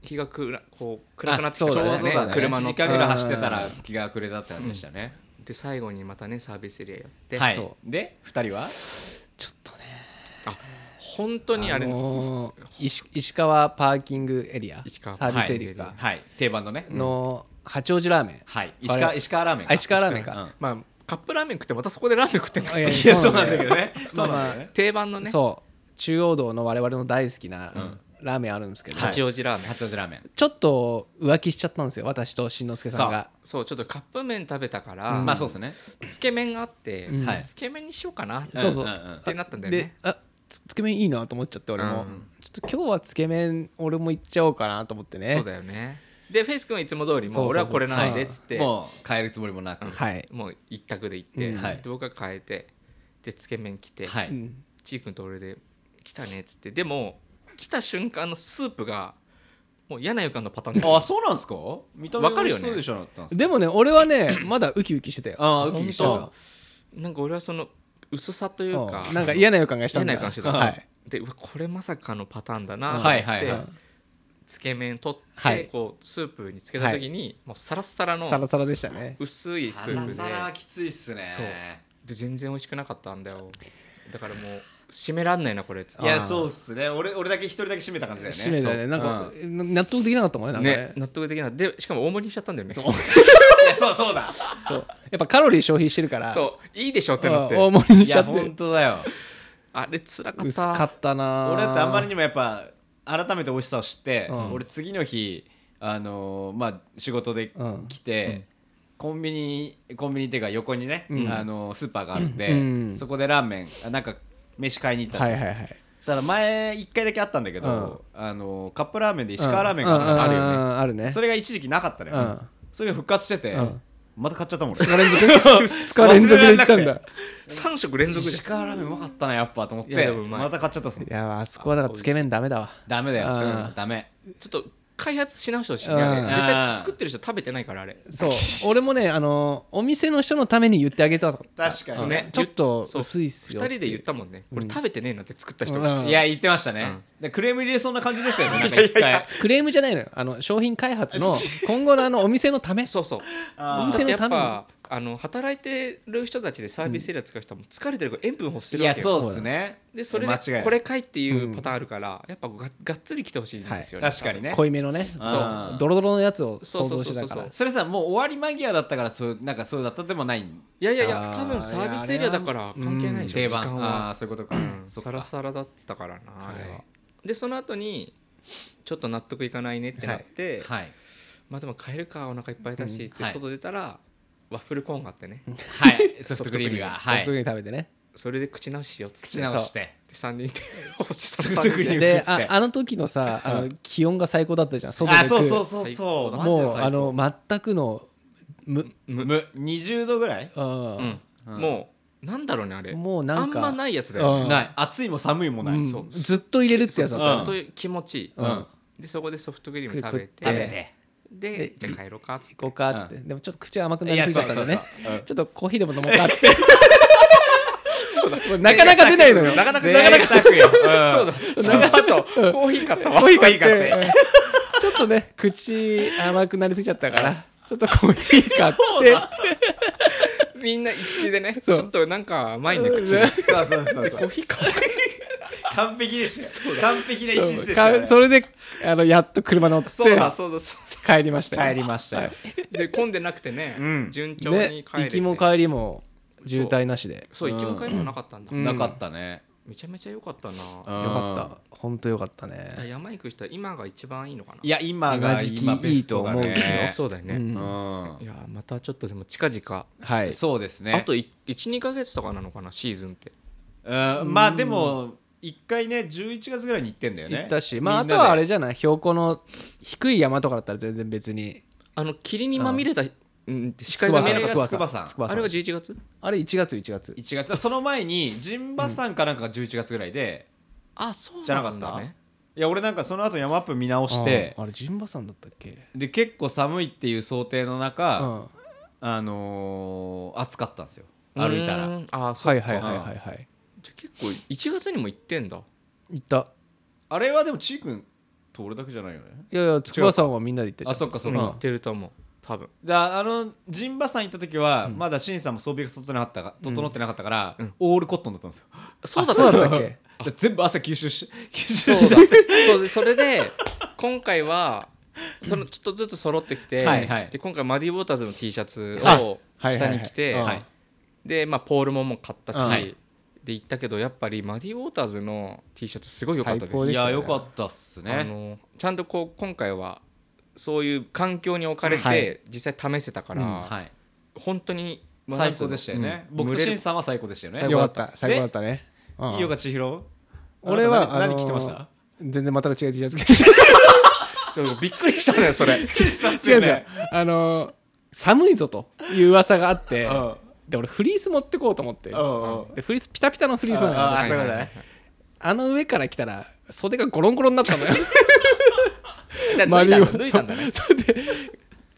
Speaker 3: 日がくらこう暗くなってきた
Speaker 2: あ
Speaker 3: ち
Speaker 2: そ
Speaker 3: ょ
Speaker 2: う
Speaker 3: う
Speaker 2: だ
Speaker 3: ど
Speaker 2: ね
Speaker 3: ね車乗っ
Speaker 1: 時
Speaker 3: て
Speaker 1: 間ぐらい走ってたら気が暮れたって話でしたね
Speaker 3: で最後にまたねサービスエリア寄って、
Speaker 1: はい
Speaker 2: そ
Speaker 1: で二人は
Speaker 3: 本当にあれ、
Speaker 2: あのー石石川パーキングエリア
Speaker 3: 石川
Speaker 2: サービスエリ
Speaker 3: は
Speaker 2: ア
Speaker 1: はい定番のね
Speaker 2: の八王子ラーメン、
Speaker 1: はい石川石川ラーメンか
Speaker 2: あ石川ラーメンか
Speaker 1: うん
Speaker 3: まあカップラーメン食ってまたそこでラーメン食ってんだ
Speaker 2: いや
Speaker 1: いやそうなんだけどね
Speaker 2: ま
Speaker 1: そ
Speaker 2: あ
Speaker 1: う
Speaker 2: まあ
Speaker 1: なんだよね
Speaker 3: 定番のね
Speaker 2: そう中央道の我々の大好きなラーメンあるんですけど、
Speaker 1: はい
Speaker 3: 八王子ラーメン、
Speaker 1: 八王子ラーメン
Speaker 2: ちょっと浮気しちゃったんですよ私としんのすけさんが
Speaker 3: そうちょっとカップ麺食べたから、
Speaker 1: まあそうですね
Speaker 3: つけ麺があって、
Speaker 2: うん
Speaker 1: はい
Speaker 3: つけ麺にしようかなって
Speaker 1: ん
Speaker 2: そうそう、
Speaker 1: うんうん
Speaker 2: あ
Speaker 3: ってなったんだよね
Speaker 2: であつつけ麺いいなと思っちゃって俺
Speaker 3: う
Speaker 2: も、
Speaker 3: ん
Speaker 2: ちょっと今日はつけ麺俺も行っちゃおうかなと思ってね
Speaker 3: そうだよねでフェイス君はいつも通り
Speaker 2: そうそうそ
Speaker 3: も
Speaker 2: う
Speaker 3: う俺はこれなんでっつっても
Speaker 1: もう変えるつもりもなく
Speaker 2: はい、
Speaker 3: う一択で行って、
Speaker 2: うん
Speaker 1: はい
Speaker 3: で僕が変えてでつけ麺来て、
Speaker 1: は
Speaker 2: う
Speaker 1: い
Speaker 2: ん
Speaker 3: ちーくんと俺で来たねっつってでも来た瞬間のスープがもう嫌な予感のパターンです
Speaker 1: あそうなんですか見た目
Speaker 3: わかるよね
Speaker 1: 美味しそうでしょだったんです
Speaker 2: でもね俺はねまだウキウキしてたよ
Speaker 1: あーウキウキしてた
Speaker 2: 本
Speaker 3: なんか俺はその薄さとい
Speaker 2: 当
Speaker 3: うか
Speaker 2: なんか嫌な予感がしたん
Speaker 3: 嫌な予
Speaker 2: だ
Speaker 3: 感してた、
Speaker 2: はい、
Speaker 3: でうわこれまさかのパターンだなと思って、
Speaker 1: はいはいはい
Speaker 3: つけ麺取って、
Speaker 2: はい
Speaker 3: こうスープにつけた時に、もうサラッサラの
Speaker 2: サラサラでしたね
Speaker 3: 薄いス
Speaker 1: サ
Speaker 3: ー
Speaker 1: ラ
Speaker 3: プで
Speaker 1: サラはきついっすね
Speaker 3: そうで全然美味しくなかったんだよだからもう締めらんないなこれっつって
Speaker 1: いやそうっすね俺俺だけ一人だけ締めた感じだよね
Speaker 2: 締めだねなん か、納得できなかったもんねなんかね
Speaker 3: ね納得できないでしかも大盛りにしちゃったんだよねそう
Speaker 1: いやそうそうだ
Speaker 2: そうやっぱカロリー消費してるから
Speaker 3: いいでしょって
Speaker 2: うん
Speaker 3: なっ
Speaker 2: 大
Speaker 3: て
Speaker 2: 盛りに
Speaker 1: い
Speaker 2: しちゃ
Speaker 1: や
Speaker 2: って
Speaker 1: 本当だよ
Speaker 3: あれつらかった
Speaker 2: 薄かったな
Speaker 1: 俺だってあんまりにもやっぱ改めて美味しさを知って、
Speaker 2: うん
Speaker 1: 俺次の日あのーまあ仕事で
Speaker 2: うん
Speaker 1: 来て、コンビニコンビニっていうか横にね、
Speaker 2: うん
Speaker 1: あのースーパーがあるんで、
Speaker 2: うん
Speaker 1: そこでラーメンあなんか飯買いに行ったんですよ、
Speaker 2: はいはいはい
Speaker 1: そしたら前1回だけあったんだけど、あのーカップラーメンで石川ラーメン
Speaker 2: うんうんうん
Speaker 1: があるよね、
Speaker 2: あるね
Speaker 1: それが一時期なかったのよ、
Speaker 2: うん
Speaker 1: それが復活してて、
Speaker 2: うん
Speaker 1: また買っちゃったもん俺
Speaker 2: 2日連続2日連続で行った
Speaker 1: 忘
Speaker 2: ん
Speaker 1: れられな
Speaker 2: だ
Speaker 3: 3食連続で
Speaker 1: 石川ラーメンうまかったなやっぱと思っ
Speaker 3: いや
Speaker 1: て
Speaker 3: でもうまい
Speaker 1: また買っちゃったっすもん
Speaker 2: いやあそこはだからつけ麺ダメだわ
Speaker 1: ダメだよ、
Speaker 2: あー
Speaker 1: うんダメ
Speaker 3: ちょっと開発し直してほしいね、
Speaker 2: うん
Speaker 3: あれ絶
Speaker 1: うん
Speaker 3: 対作ってる人食べてないからあれ
Speaker 2: そう俺もねあのお店の人のために言ってあげたかった
Speaker 1: 確かにね
Speaker 3: ね
Speaker 2: ちょっと
Speaker 3: そう
Speaker 2: 薄いっすよ
Speaker 3: 2人で言ったもんねこれ食べてねえなって作った人
Speaker 2: う
Speaker 3: が
Speaker 2: ん
Speaker 1: いや言ってましたね、でクレーム入れそうな感じでしたよねなんか一回
Speaker 2: クレームじゃないのよあの商品開発の今後のあのお店のため
Speaker 3: そうそう
Speaker 1: あ
Speaker 2: お
Speaker 1: ー
Speaker 3: だっ
Speaker 2: 店
Speaker 3: て
Speaker 2: の
Speaker 3: やった
Speaker 2: めに
Speaker 3: ぱあの働いてる人たちでサービスエリア使う人はもう疲れてるから塩分欲して
Speaker 1: い
Speaker 3: るわ
Speaker 1: や
Speaker 3: けよ
Speaker 1: そうっすね
Speaker 3: でそれ
Speaker 1: 間違いな
Speaker 3: で
Speaker 1: い
Speaker 3: これかいっていうパターンあるからやっぱががっつり来てほしいんですよね
Speaker 1: 確かにね
Speaker 2: 濃いめのね
Speaker 1: あー
Speaker 2: そうドロドロのやつを想像してた
Speaker 3: そうそうそ
Speaker 2: か
Speaker 3: う
Speaker 2: ら
Speaker 3: そう
Speaker 1: それさもう終わり間際だったからそうなんかそうだったでもない
Speaker 3: いやいやいや
Speaker 2: あー
Speaker 3: 多分サービスエリアだから関係ないでしょ
Speaker 1: 定
Speaker 3: 時間
Speaker 1: 番ああ
Speaker 3: は
Speaker 1: ーそういうことか、
Speaker 3: うん
Speaker 1: そっ
Speaker 3: サ
Speaker 1: か
Speaker 3: ラサラだったからなあれ
Speaker 2: は
Speaker 3: はでその後にちょっと納得いかないねってなって、
Speaker 1: はい
Speaker 3: まあでも買えるかお腹いっぱいだしっ
Speaker 1: うん
Speaker 3: て
Speaker 1: はい
Speaker 3: 外出たら、ワッフルコーンがあってね
Speaker 1: はいソフトクリームが
Speaker 3: ソ
Speaker 2: ソ
Speaker 1: は
Speaker 2: フトク
Speaker 1: い
Speaker 2: リーム食べてね
Speaker 3: それで口直ししようっつって
Speaker 1: 口直して
Speaker 3: で3人でおじさん
Speaker 1: ソフ
Speaker 3: 三
Speaker 1: トク
Speaker 3: 人
Speaker 1: リーム
Speaker 3: で
Speaker 2: で
Speaker 1: 食
Speaker 2: あ
Speaker 1: って
Speaker 2: あの時のさあの気温が最高だったじゃん外で
Speaker 1: あ
Speaker 2: 食
Speaker 1: そう
Speaker 2: う
Speaker 1: そうそうそうマジで
Speaker 2: もう
Speaker 1: 最
Speaker 2: あ
Speaker 1: 高
Speaker 2: の全くのむ
Speaker 1: む20度ぐらい
Speaker 2: あー
Speaker 3: うんもなんだろうねあれ
Speaker 2: もうなんか
Speaker 3: あんまないやつだよね、
Speaker 2: うん
Speaker 1: ない暑いも寒いもない、
Speaker 2: うん
Speaker 1: そう
Speaker 2: ずっと入れるってやつ
Speaker 3: ず
Speaker 2: だっ
Speaker 3: った
Speaker 2: な
Speaker 3: と気持ちいい、
Speaker 2: うん
Speaker 1: うん
Speaker 3: でそこでソフトクリーム
Speaker 2: 食
Speaker 3: 食べて
Speaker 2: 食べ
Speaker 1: て
Speaker 3: で
Speaker 2: で
Speaker 3: じゃあ帰ろうかっつって
Speaker 2: 行こうかっつって、でもちょっと口甘くないり
Speaker 1: や
Speaker 2: すぎちゃったん
Speaker 1: そ
Speaker 2: で
Speaker 1: うそう
Speaker 2: ね
Speaker 1: そううん
Speaker 2: ちょっとコーヒーでも飲もうかっつって もうなかなか出ないのよ
Speaker 3: なかなか
Speaker 1: 贅沢よ、
Speaker 3: そうだそ の後コーヒー買ったわ
Speaker 1: い買っ
Speaker 2: でうんちょっとね口甘くなりすぎちゃったからちょっとコーヒー買って
Speaker 3: みんな一致でねち
Speaker 2: そう
Speaker 3: ょっとなんか甘いね口
Speaker 2: うん
Speaker 1: そうそうそう
Speaker 3: コ
Speaker 1: そう
Speaker 3: ーヒー買った
Speaker 1: 完璧でした完璧な一日でし
Speaker 2: そ
Speaker 1: た
Speaker 2: う
Speaker 1: ね、
Speaker 2: かそれであのやっと車乗って
Speaker 3: そうだそうだそう
Speaker 2: 帰りましたよ
Speaker 1: 帰りましたよ、
Speaker 2: はい
Speaker 3: だで混んでなくてね、
Speaker 1: うん
Speaker 3: 順調
Speaker 2: ね
Speaker 3: に帰れて
Speaker 2: 行きも帰りも渋滞なしで
Speaker 3: そう行きも帰りもなかったんだ、
Speaker 2: うん
Speaker 1: なかったね、
Speaker 3: めちゃめちゃ良かったな、
Speaker 1: うん
Speaker 2: よかった本当よかったね
Speaker 3: 山行く人は今が一番いいのかない
Speaker 1: や今が今ベストだ
Speaker 2: 今時期いいと思うんです
Speaker 1: ね
Speaker 3: そうだよね、
Speaker 2: うん
Speaker 1: う
Speaker 3: いやまたちょっとでも近々、
Speaker 2: はい
Speaker 1: ん、そうですね
Speaker 3: あと12か月とかなのかなシーズンって
Speaker 1: うんまあでも一回ね11月ぐらいに行ってんだよね
Speaker 2: 行ったしまああ
Speaker 1: みんな
Speaker 2: と
Speaker 1: で
Speaker 2: はあれじゃない標高の低い山とかだったら全然別に
Speaker 3: あの霧にまみれた、うん、視
Speaker 2: 筑
Speaker 3: 界が
Speaker 2: 波
Speaker 1: つくばさん
Speaker 3: 見えなかっ
Speaker 2: 山
Speaker 1: つ
Speaker 3: た
Speaker 1: くばさん
Speaker 2: 筑波
Speaker 3: あ
Speaker 2: 山
Speaker 3: れは11月
Speaker 2: あれ1月1月
Speaker 1: 1月その前に陣馬さんかなんかが11月ぐらいで、
Speaker 3: あそう
Speaker 1: じゃなかったいや俺なんかその後山アップ見直して
Speaker 2: ああれ陣馬山だったっけ
Speaker 1: で結構寒いっていう想定の
Speaker 2: う
Speaker 1: 中、
Speaker 2: んは
Speaker 1: あのー暑かったんですよ歩いたら
Speaker 3: あ
Speaker 2: いは
Speaker 3: そう
Speaker 2: いはいはいはい
Speaker 3: じゃあ結構1月にも行ってんだ
Speaker 2: 行った
Speaker 1: あれはでもちーくんと俺だけじゃないよね
Speaker 2: いやいや筑波山はみんなで行ったじゃん
Speaker 1: あそっかそっ
Speaker 3: うん行
Speaker 1: か
Speaker 3: っ、てると思う多分
Speaker 1: だあの陣馬さん行った時は、まだシンさんも装備が整ってなかったか整ってなかったから、
Speaker 3: うん
Speaker 1: オールコットンだったんですよ
Speaker 3: そう
Speaker 2: あ
Speaker 3: だ
Speaker 2: そうだ
Speaker 3: っ
Speaker 2: った
Speaker 3: た
Speaker 2: っけ
Speaker 1: だから全部朝吸収し吸収
Speaker 3: そう
Speaker 1: し
Speaker 3: だ
Speaker 1: て
Speaker 3: そうでそれで今回はそのちょっとずつ揃ってきて、
Speaker 1: はいはい
Speaker 3: で今回マディ・ウォーターズの T シャツ
Speaker 2: あ
Speaker 3: を
Speaker 2: はいはい
Speaker 3: 下
Speaker 2: はい
Speaker 3: に着て、
Speaker 2: う ん
Speaker 1: はい
Speaker 3: で、まあ、ポールももう買ったし、
Speaker 2: うん
Speaker 1: はい
Speaker 3: で行ったけどやっぱりマディ・ウォーターズの T シャツすごい良かったです
Speaker 2: 最高で
Speaker 1: い
Speaker 2: した
Speaker 1: や
Speaker 2: ね
Speaker 1: よかったっすね
Speaker 3: あのちゃんとこう今回はそういう環境に置かれて、
Speaker 2: はい
Speaker 3: 実際試せたから、
Speaker 1: はい、
Speaker 3: 本当に
Speaker 1: 最高でしたよね、
Speaker 3: うん
Speaker 1: 僕と
Speaker 3: 群れ
Speaker 1: シ
Speaker 3: る
Speaker 1: ンさんは最高でしたよね
Speaker 3: 最
Speaker 2: よ
Speaker 3: 高
Speaker 2: か
Speaker 3: だ
Speaker 2: っ
Speaker 3: った
Speaker 2: た最高だったねうん
Speaker 1: 井岡千尋
Speaker 2: 俺は
Speaker 1: あなた何
Speaker 2: あのー
Speaker 1: 何着てました
Speaker 2: 全然また違う T シャツ着て た
Speaker 3: でもびっくりしたねそれ
Speaker 2: 違うんですよあのー寒いぞという噂があって
Speaker 1: うん
Speaker 2: で俺フリース持ってこうと思って
Speaker 1: うんうん
Speaker 2: でフリースピタピタのフリースなのよ
Speaker 1: ああ
Speaker 2: 私
Speaker 1: そういうことね
Speaker 2: あの上から来たら袖がゴロンゴロンになったのよ
Speaker 3: だ
Speaker 2: マ
Speaker 3: 脱い
Speaker 2: リ
Speaker 3: だ
Speaker 2: オ
Speaker 3: 脱いだんだね
Speaker 2: そうそれで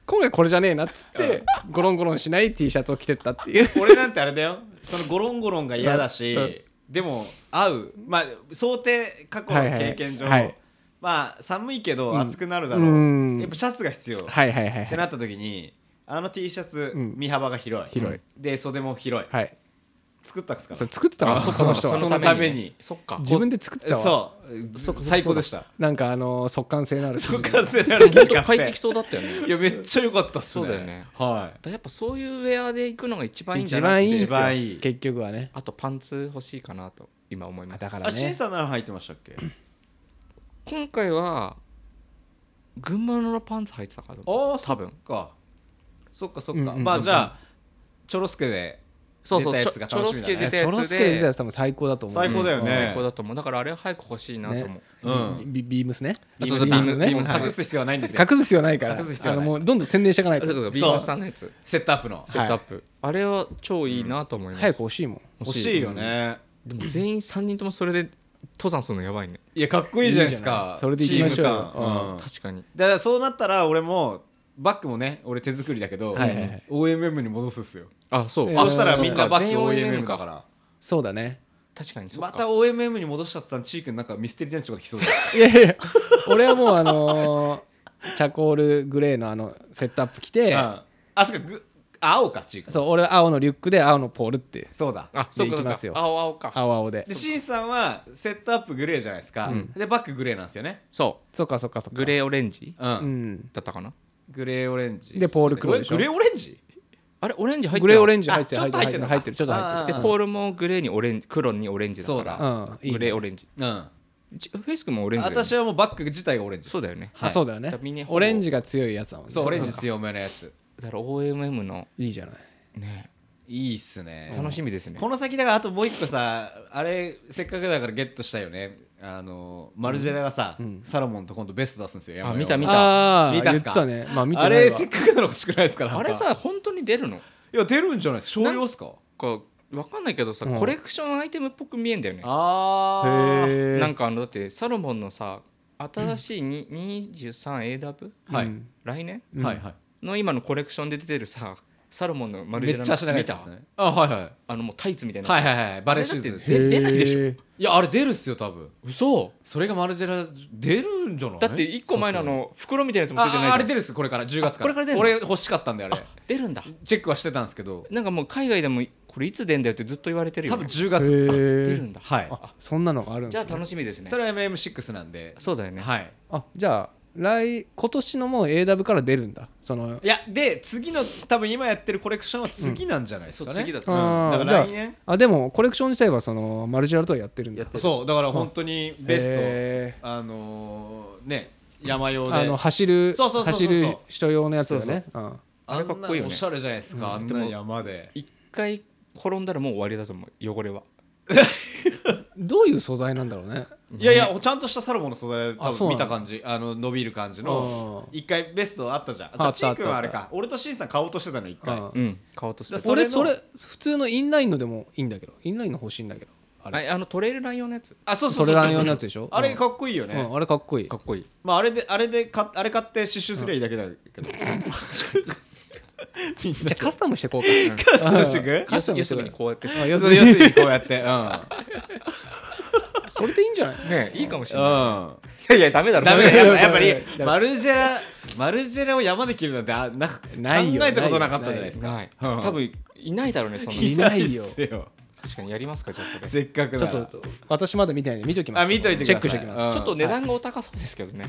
Speaker 2: 今回これじゃねえなっつってゴロンゴロンしない T シャツを着てったっていう
Speaker 1: 俺なんてあれだよそのゴロンゴロンが嫌だし、
Speaker 2: うんうん
Speaker 1: でも合うまあ想定過去の経験上、
Speaker 2: はいはいはい
Speaker 1: まあ寒いけど暑くなるだろう、
Speaker 2: うん
Speaker 1: やっぱシャツが必要、
Speaker 2: はいはいはい
Speaker 1: って
Speaker 2: はい
Speaker 1: なった時にあの T シャツ、
Speaker 2: うん
Speaker 1: 身幅が広い
Speaker 2: 広い
Speaker 1: で袖も広い、
Speaker 2: はい
Speaker 1: 作ったっすから
Speaker 2: それ作ってたのその人
Speaker 1: そ
Speaker 2: は
Speaker 1: のために
Speaker 3: そっか
Speaker 2: 自分で作ってたわ
Speaker 1: そう最高でした
Speaker 2: なんかあの速乾性のある生
Speaker 1: そっ
Speaker 2: 地
Speaker 1: からせられ
Speaker 3: 本当快適そうだったよね
Speaker 1: いやめっちゃ良かったっすね
Speaker 3: そうだよね
Speaker 1: はい
Speaker 3: だやっぱそういうウェアで行くのが一番いいんだ
Speaker 2: 一
Speaker 3: なって
Speaker 2: 番いいんです
Speaker 1: 一番い
Speaker 2: よ
Speaker 1: い
Speaker 2: 結局はね
Speaker 3: あとパンツ欲しいかなと今思います
Speaker 2: あだから
Speaker 1: あシンさんなら入ってましたっけ
Speaker 3: 今回は群馬のパンツ履いてたから
Speaker 1: ああ
Speaker 3: 多分
Speaker 1: かそっかそっ
Speaker 2: うん
Speaker 1: か、
Speaker 2: うん
Speaker 1: まあじゃあチョロスケで
Speaker 3: そうそう
Speaker 1: 出
Speaker 3: ち
Speaker 1: たや
Speaker 3: ょ
Speaker 1: つが
Speaker 3: ちょろ
Speaker 1: 楽し
Speaker 3: す
Speaker 1: みだ
Speaker 3: け
Speaker 1: ね
Speaker 3: 出
Speaker 2: チ
Speaker 3: た
Speaker 2: ョ
Speaker 3: や
Speaker 2: ロ
Speaker 3: つ
Speaker 2: スケで出た
Speaker 3: で
Speaker 2: やつ多分最高だと思う
Speaker 1: 最高だよね
Speaker 3: 最高だと思うだからあれは早く欲しいなと思う
Speaker 1: うん
Speaker 2: ビビビームスね
Speaker 3: あ
Speaker 1: ビ
Speaker 3: そ
Speaker 1: ー
Speaker 3: う
Speaker 1: ム
Speaker 3: そう
Speaker 1: スさ
Speaker 3: ビー
Speaker 1: んビ
Speaker 3: ムビ
Speaker 1: ーム
Speaker 3: ーム
Speaker 1: ス
Speaker 3: ス
Speaker 1: 隠す必要はないんですよ
Speaker 2: 隠す必要ないから
Speaker 1: 隠す必
Speaker 2: あ
Speaker 1: 要ない
Speaker 2: のもうどんどん宣伝していかない
Speaker 3: あ
Speaker 2: と
Speaker 3: そうかビ
Speaker 1: そう
Speaker 3: ームスさんのやつ
Speaker 1: セットアップの
Speaker 3: セットアップあれは超いいなと思います
Speaker 2: 早く欲しいもん
Speaker 1: 欲しいよね
Speaker 3: でも全員3人ともそれで登山するのやばいね
Speaker 1: いやかっこいいじゃないですか
Speaker 2: いいじゃないそれで行きましょうよ
Speaker 1: チーム感うんだか
Speaker 3: 確かに
Speaker 1: らそうなったら俺もバッグもね俺手作りだけど、
Speaker 2: はいはいはい
Speaker 1: OMM に戻すっすよ
Speaker 3: あそう
Speaker 2: え
Speaker 1: そしたら
Speaker 2: そう
Speaker 1: みんなバッグ
Speaker 3: 全員
Speaker 1: OMM だから
Speaker 2: そうだね
Speaker 3: 確かにそう
Speaker 1: また OMM に戻しちゃったらチー君なんかミステリーな人が来そうだ
Speaker 2: いやいや俺はもうあのーチャコールグレーのあのセットアップ着て
Speaker 1: うんあそっかぐ青かチー君
Speaker 2: そう俺は青のリュックで青のポールって
Speaker 1: そうだ
Speaker 3: あそうかそう
Speaker 2: で行きま
Speaker 3: か
Speaker 2: すよ
Speaker 3: 青青か
Speaker 2: 青青で
Speaker 1: でシンさんはセットアップグレーじゃないですか、でバッググレーなんですよね
Speaker 3: そ
Speaker 2: そっかそっかそっ
Speaker 3: う
Speaker 2: か
Speaker 3: グレーオレンジ
Speaker 1: うん、
Speaker 2: うん
Speaker 3: だったかな
Speaker 1: グレーオレンジ
Speaker 2: でポール黒でしょ
Speaker 1: グレーオレンジ
Speaker 3: あれオレンジ入って
Speaker 2: グレーオレ
Speaker 3: ン
Speaker 2: ンジ入ってる
Speaker 1: あ
Speaker 2: 入
Speaker 1: ちょ
Speaker 2: っ
Speaker 1: ってと
Speaker 2: る
Speaker 1: 入
Speaker 2: 入
Speaker 1: っ
Speaker 2: って
Speaker 1: んの
Speaker 2: てる入ってるちょっと入って
Speaker 1: あ
Speaker 3: でポールもグレーにオレンジ黒にオレンジだから
Speaker 1: そう
Speaker 2: だうんいいね
Speaker 3: グレーオレンジ
Speaker 1: うん
Speaker 3: ちフェイス君もオレンジだよね
Speaker 1: 私はもうバッグ自体がオレンジ
Speaker 3: そうだよね
Speaker 2: るあそうだよね
Speaker 3: みんなほぼ
Speaker 2: オレンジが強いやつだもんね
Speaker 1: そうオレンジ強めのやつ
Speaker 3: だから OMM の
Speaker 2: いいじゃない
Speaker 3: ね
Speaker 1: いいっすね
Speaker 3: 楽しみですね
Speaker 1: この先だからあともう一個さあれせっかくだからゲットしたよねあのマルジェラがさ、サロモンと今度ベスト出すんですよ山々
Speaker 3: あ見た見
Speaker 2: ああ
Speaker 1: 見たっ
Speaker 2: 言っ
Speaker 1: す
Speaker 2: て
Speaker 1: か
Speaker 2: たねまあ見てな
Speaker 1: あ
Speaker 2: い
Speaker 1: れ
Speaker 2: わ
Speaker 1: せっかくなら欲しくないですかなんか
Speaker 3: あれさ本当に出るの
Speaker 1: いや出るんじゃないですか商用っすか
Speaker 3: かわかんないけどさ、
Speaker 2: うん
Speaker 3: コレクションアイテムっぽく見えんだよね
Speaker 1: あー
Speaker 2: へえ
Speaker 3: なんかあのだってサロモンのさ新しいに 23AW
Speaker 1: はい、
Speaker 3: 来年
Speaker 2: うん
Speaker 1: はいはい
Speaker 3: の今のコレクションで出てるさサロモンの丸
Speaker 1: め
Speaker 3: ジェ
Speaker 1: っ
Speaker 3: ラ
Speaker 1: ちゃ足長
Speaker 3: の
Speaker 1: い
Speaker 3: 見
Speaker 1: やつ
Speaker 3: た
Speaker 1: ですねあはいはい
Speaker 3: あのもうタイツみたいな
Speaker 1: はいはいはいバレーシューズ
Speaker 3: あれだってで出ないでしょ
Speaker 2: ょ
Speaker 1: いやあれ出るっすよ多分
Speaker 3: 嘘
Speaker 1: それがマルジェラ出るんじゃない
Speaker 3: だって一個前のあの袋みたいなやつも
Speaker 1: あ
Speaker 3: 出てないじゃん
Speaker 1: ああれ出るっすこれから10月から
Speaker 3: あこれから出るの
Speaker 1: 俺欲しかったんであれ
Speaker 3: 出るんだ
Speaker 1: チェックはしてたんですけど
Speaker 3: なんかもう海外でもこれいつ出んだよってずっと言われてるよ、
Speaker 1: 多
Speaker 3: ね、
Speaker 1: 分10月って言ってたんです
Speaker 3: 出るんだ
Speaker 1: はい
Speaker 2: あそんなのがあるん
Speaker 3: じ
Speaker 2: で
Speaker 3: ゃ
Speaker 2: す
Speaker 3: あ
Speaker 2: ね
Speaker 3: 楽しみですね
Speaker 1: それは MM6 なんで
Speaker 3: そうだよね、
Speaker 1: はい
Speaker 2: あじゃあ来今年のもう AW から出るんだそ
Speaker 1: い
Speaker 2: の
Speaker 1: やで次の多分今やってるコレクションは次なんじゃないです
Speaker 3: そう
Speaker 1: かね
Speaker 3: 次だ
Speaker 1: う
Speaker 3: と思う
Speaker 2: あー
Speaker 1: んだか
Speaker 2: じゃ
Speaker 1: ら
Speaker 2: あ
Speaker 1: 来年
Speaker 2: あでもコレクション自体はそのマルジェラとはやってるんだ
Speaker 3: やってる
Speaker 1: そうだから本当にベス
Speaker 2: へ
Speaker 1: トあのーね山用
Speaker 2: ー
Speaker 1: で
Speaker 2: あの走る
Speaker 1: そうそうそうそう
Speaker 2: 走る人用のやつだねうん
Speaker 1: あん
Speaker 3: あれかっこいい
Speaker 1: な
Speaker 3: よ
Speaker 1: お
Speaker 3: ね
Speaker 1: しゃれじゃないですかあん
Speaker 3: で
Speaker 1: な
Speaker 3: も
Speaker 1: 山で
Speaker 3: 一回転んだらもう終わりだと思う汚れは
Speaker 2: どういう素材なんだろうね
Speaker 1: いやいやちゃんとしたサロモンの素材多
Speaker 2: あそ
Speaker 1: 分
Speaker 2: うな
Speaker 1: 見
Speaker 2: んだ
Speaker 1: た感じあの伸びる感じの
Speaker 2: う
Speaker 1: 一回ベストあったじゃん
Speaker 2: あった
Speaker 1: あチー君は
Speaker 2: あ
Speaker 1: あ
Speaker 2: った
Speaker 1: れか俺とシンさん買おうとしてたの一回
Speaker 2: うん
Speaker 3: うん顔として
Speaker 1: だ
Speaker 3: は
Speaker 1: それ
Speaker 2: 俺
Speaker 1: の
Speaker 2: それ普通のインラインのでもいいんだけどインラインの欲しいんだけどあれ
Speaker 3: いあのトレイルライン用のやつ
Speaker 1: あそうそうそう
Speaker 2: それ
Speaker 1: そう
Speaker 2: ら用のやつでしょ
Speaker 1: あれかっこいいよね
Speaker 2: うんあれかっこいい
Speaker 3: かっこいい
Speaker 1: まああれであれでかあれ買って刺繍すりゃいいだけだけどみん
Speaker 2: じゃあカスタムしてこうか
Speaker 1: カスタムしてく
Speaker 2: カスタム
Speaker 3: 要
Speaker 2: し
Speaker 3: す
Speaker 2: て
Speaker 3: る
Speaker 2: く
Speaker 3: にこうやって
Speaker 2: あ要す
Speaker 1: そう
Speaker 2: る
Speaker 1: 要
Speaker 2: に
Speaker 1: するにこうやってう
Speaker 2: それでいいんじゃない
Speaker 3: ねいいかもしれ
Speaker 1: んう
Speaker 3: ない
Speaker 1: ん
Speaker 3: いやいやダメだろ
Speaker 1: ダメだよやっぱ
Speaker 2: ダメだ
Speaker 1: り
Speaker 2: よ
Speaker 1: マルジェラマルジェラを山で切るなんてあな考
Speaker 2: ないよ
Speaker 1: えたことなかったじゃないですか
Speaker 3: ない
Speaker 1: うん
Speaker 3: 多分いないだろうねそんな
Speaker 2: よ
Speaker 3: に
Speaker 2: いないよ
Speaker 1: っすよ
Speaker 3: 確かにやりますかじゃあそれ
Speaker 1: せっかく
Speaker 2: ちょ
Speaker 1: な
Speaker 2: っ
Speaker 1: ら
Speaker 2: と私まだ見てないんで見ときます
Speaker 1: あ見といてください
Speaker 2: チェックしてきます
Speaker 1: うん
Speaker 3: ちょっと値段がお高そうですけどね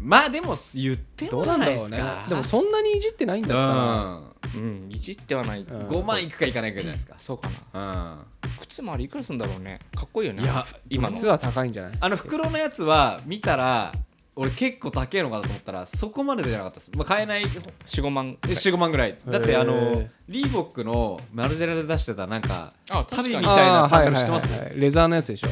Speaker 1: まあでも言って
Speaker 2: ど
Speaker 1: も
Speaker 2: う
Speaker 1: じ
Speaker 2: な
Speaker 1: ゃ
Speaker 2: ん
Speaker 1: ない
Speaker 2: だ
Speaker 1: で
Speaker 2: ろう
Speaker 1: す
Speaker 2: ね
Speaker 1: か
Speaker 2: でもそんなにいじってないんだったら
Speaker 3: うんいじってはない
Speaker 2: うん
Speaker 1: うん5万いくかいかないかじゃないですか
Speaker 3: そうかな
Speaker 1: うん
Speaker 3: 靴もあれいくらするんだろうねかっこいいよね
Speaker 1: いや
Speaker 3: 今の
Speaker 2: 靴は高いんじゃない
Speaker 1: あの袋のやつは見たら俺結構高いのかなと思ったらそこまでじゃなかったです、まあ、買えない
Speaker 3: 45万ぐらい
Speaker 1: 45万ぐらいだっ
Speaker 2: へ
Speaker 1: て
Speaker 2: ー
Speaker 1: あのリーボックのマルジェラで出してたなんか
Speaker 3: あ
Speaker 1: 足
Speaker 3: 確か
Speaker 1: 袋み
Speaker 3: に
Speaker 1: たいなサンダル
Speaker 2: あー
Speaker 1: してます
Speaker 2: はいはいはいレザーのやつでしょ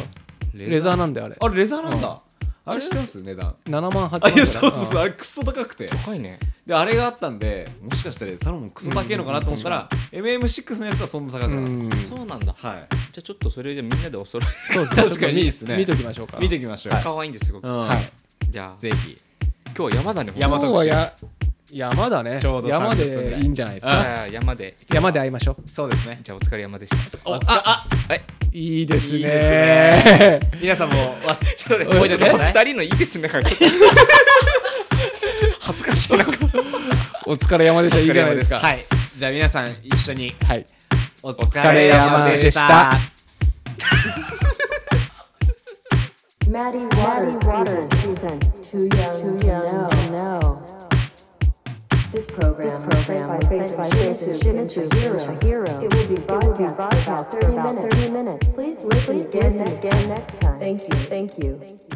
Speaker 2: レザーなんであれ
Speaker 1: あれレザーなんだ、あれ知ってます値段
Speaker 2: 7万8万
Speaker 1: あいやそうそうそう
Speaker 2: う
Speaker 1: あれクソ高くて
Speaker 3: 高いね
Speaker 1: であれがあったんでもしかしたらサロモンクソ高いのかなと思ったら、MM6 のやつはそんな高くなかったです、
Speaker 2: ん
Speaker 3: そうなんだ
Speaker 1: はい
Speaker 3: じゃあちょっとそれでみんなでお揃い
Speaker 2: そうそう
Speaker 1: 確かにいいですね
Speaker 2: 見ときましょうか
Speaker 1: 見ていきましょう、
Speaker 3: 可愛いんですすごく
Speaker 1: うん
Speaker 2: はい
Speaker 3: じゃあ
Speaker 1: ぜひ
Speaker 3: 今日は山だね
Speaker 1: 山
Speaker 2: 今
Speaker 1: 特
Speaker 2: 日
Speaker 1: 集
Speaker 2: はや山だね
Speaker 1: ちょうど30
Speaker 2: 山
Speaker 1: 分ぐら
Speaker 2: で
Speaker 1: い
Speaker 2: いいんじゃないです
Speaker 3: じ
Speaker 2: か
Speaker 3: ゃあ山で
Speaker 2: 山で会いましょう
Speaker 1: そうですね
Speaker 3: じゃあお疲れ山でした
Speaker 1: おああ
Speaker 3: はい
Speaker 2: いいですね
Speaker 1: いいで皆さんもわちょっとね覚えておいてください
Speaker 3: 二人のいいですねなんかちょっと恥ずかしいなんか
Speaker 2: お疲れ山でしたいいじゃないですか
Speaker 1: はいじゃあ皆さん一緒に
Speaker 2: はい
Speaker 1: お疲
Speaker 2: 疲
Speaker 1: れ
Speaker 2: れ
Speaker 1: 山
Speaker 2: 山
Speaker 1: で
Speaker 2: で
Speaker 1: し
Speaker 2: したた。
Speaker 4: Maddie Waters, presents Too Young, too young to know. This program, this program was sent by Face and Shin is your hero. It will be broadcast, for about 30 minutes. Please listen again, again next time. Thank you. Thank you.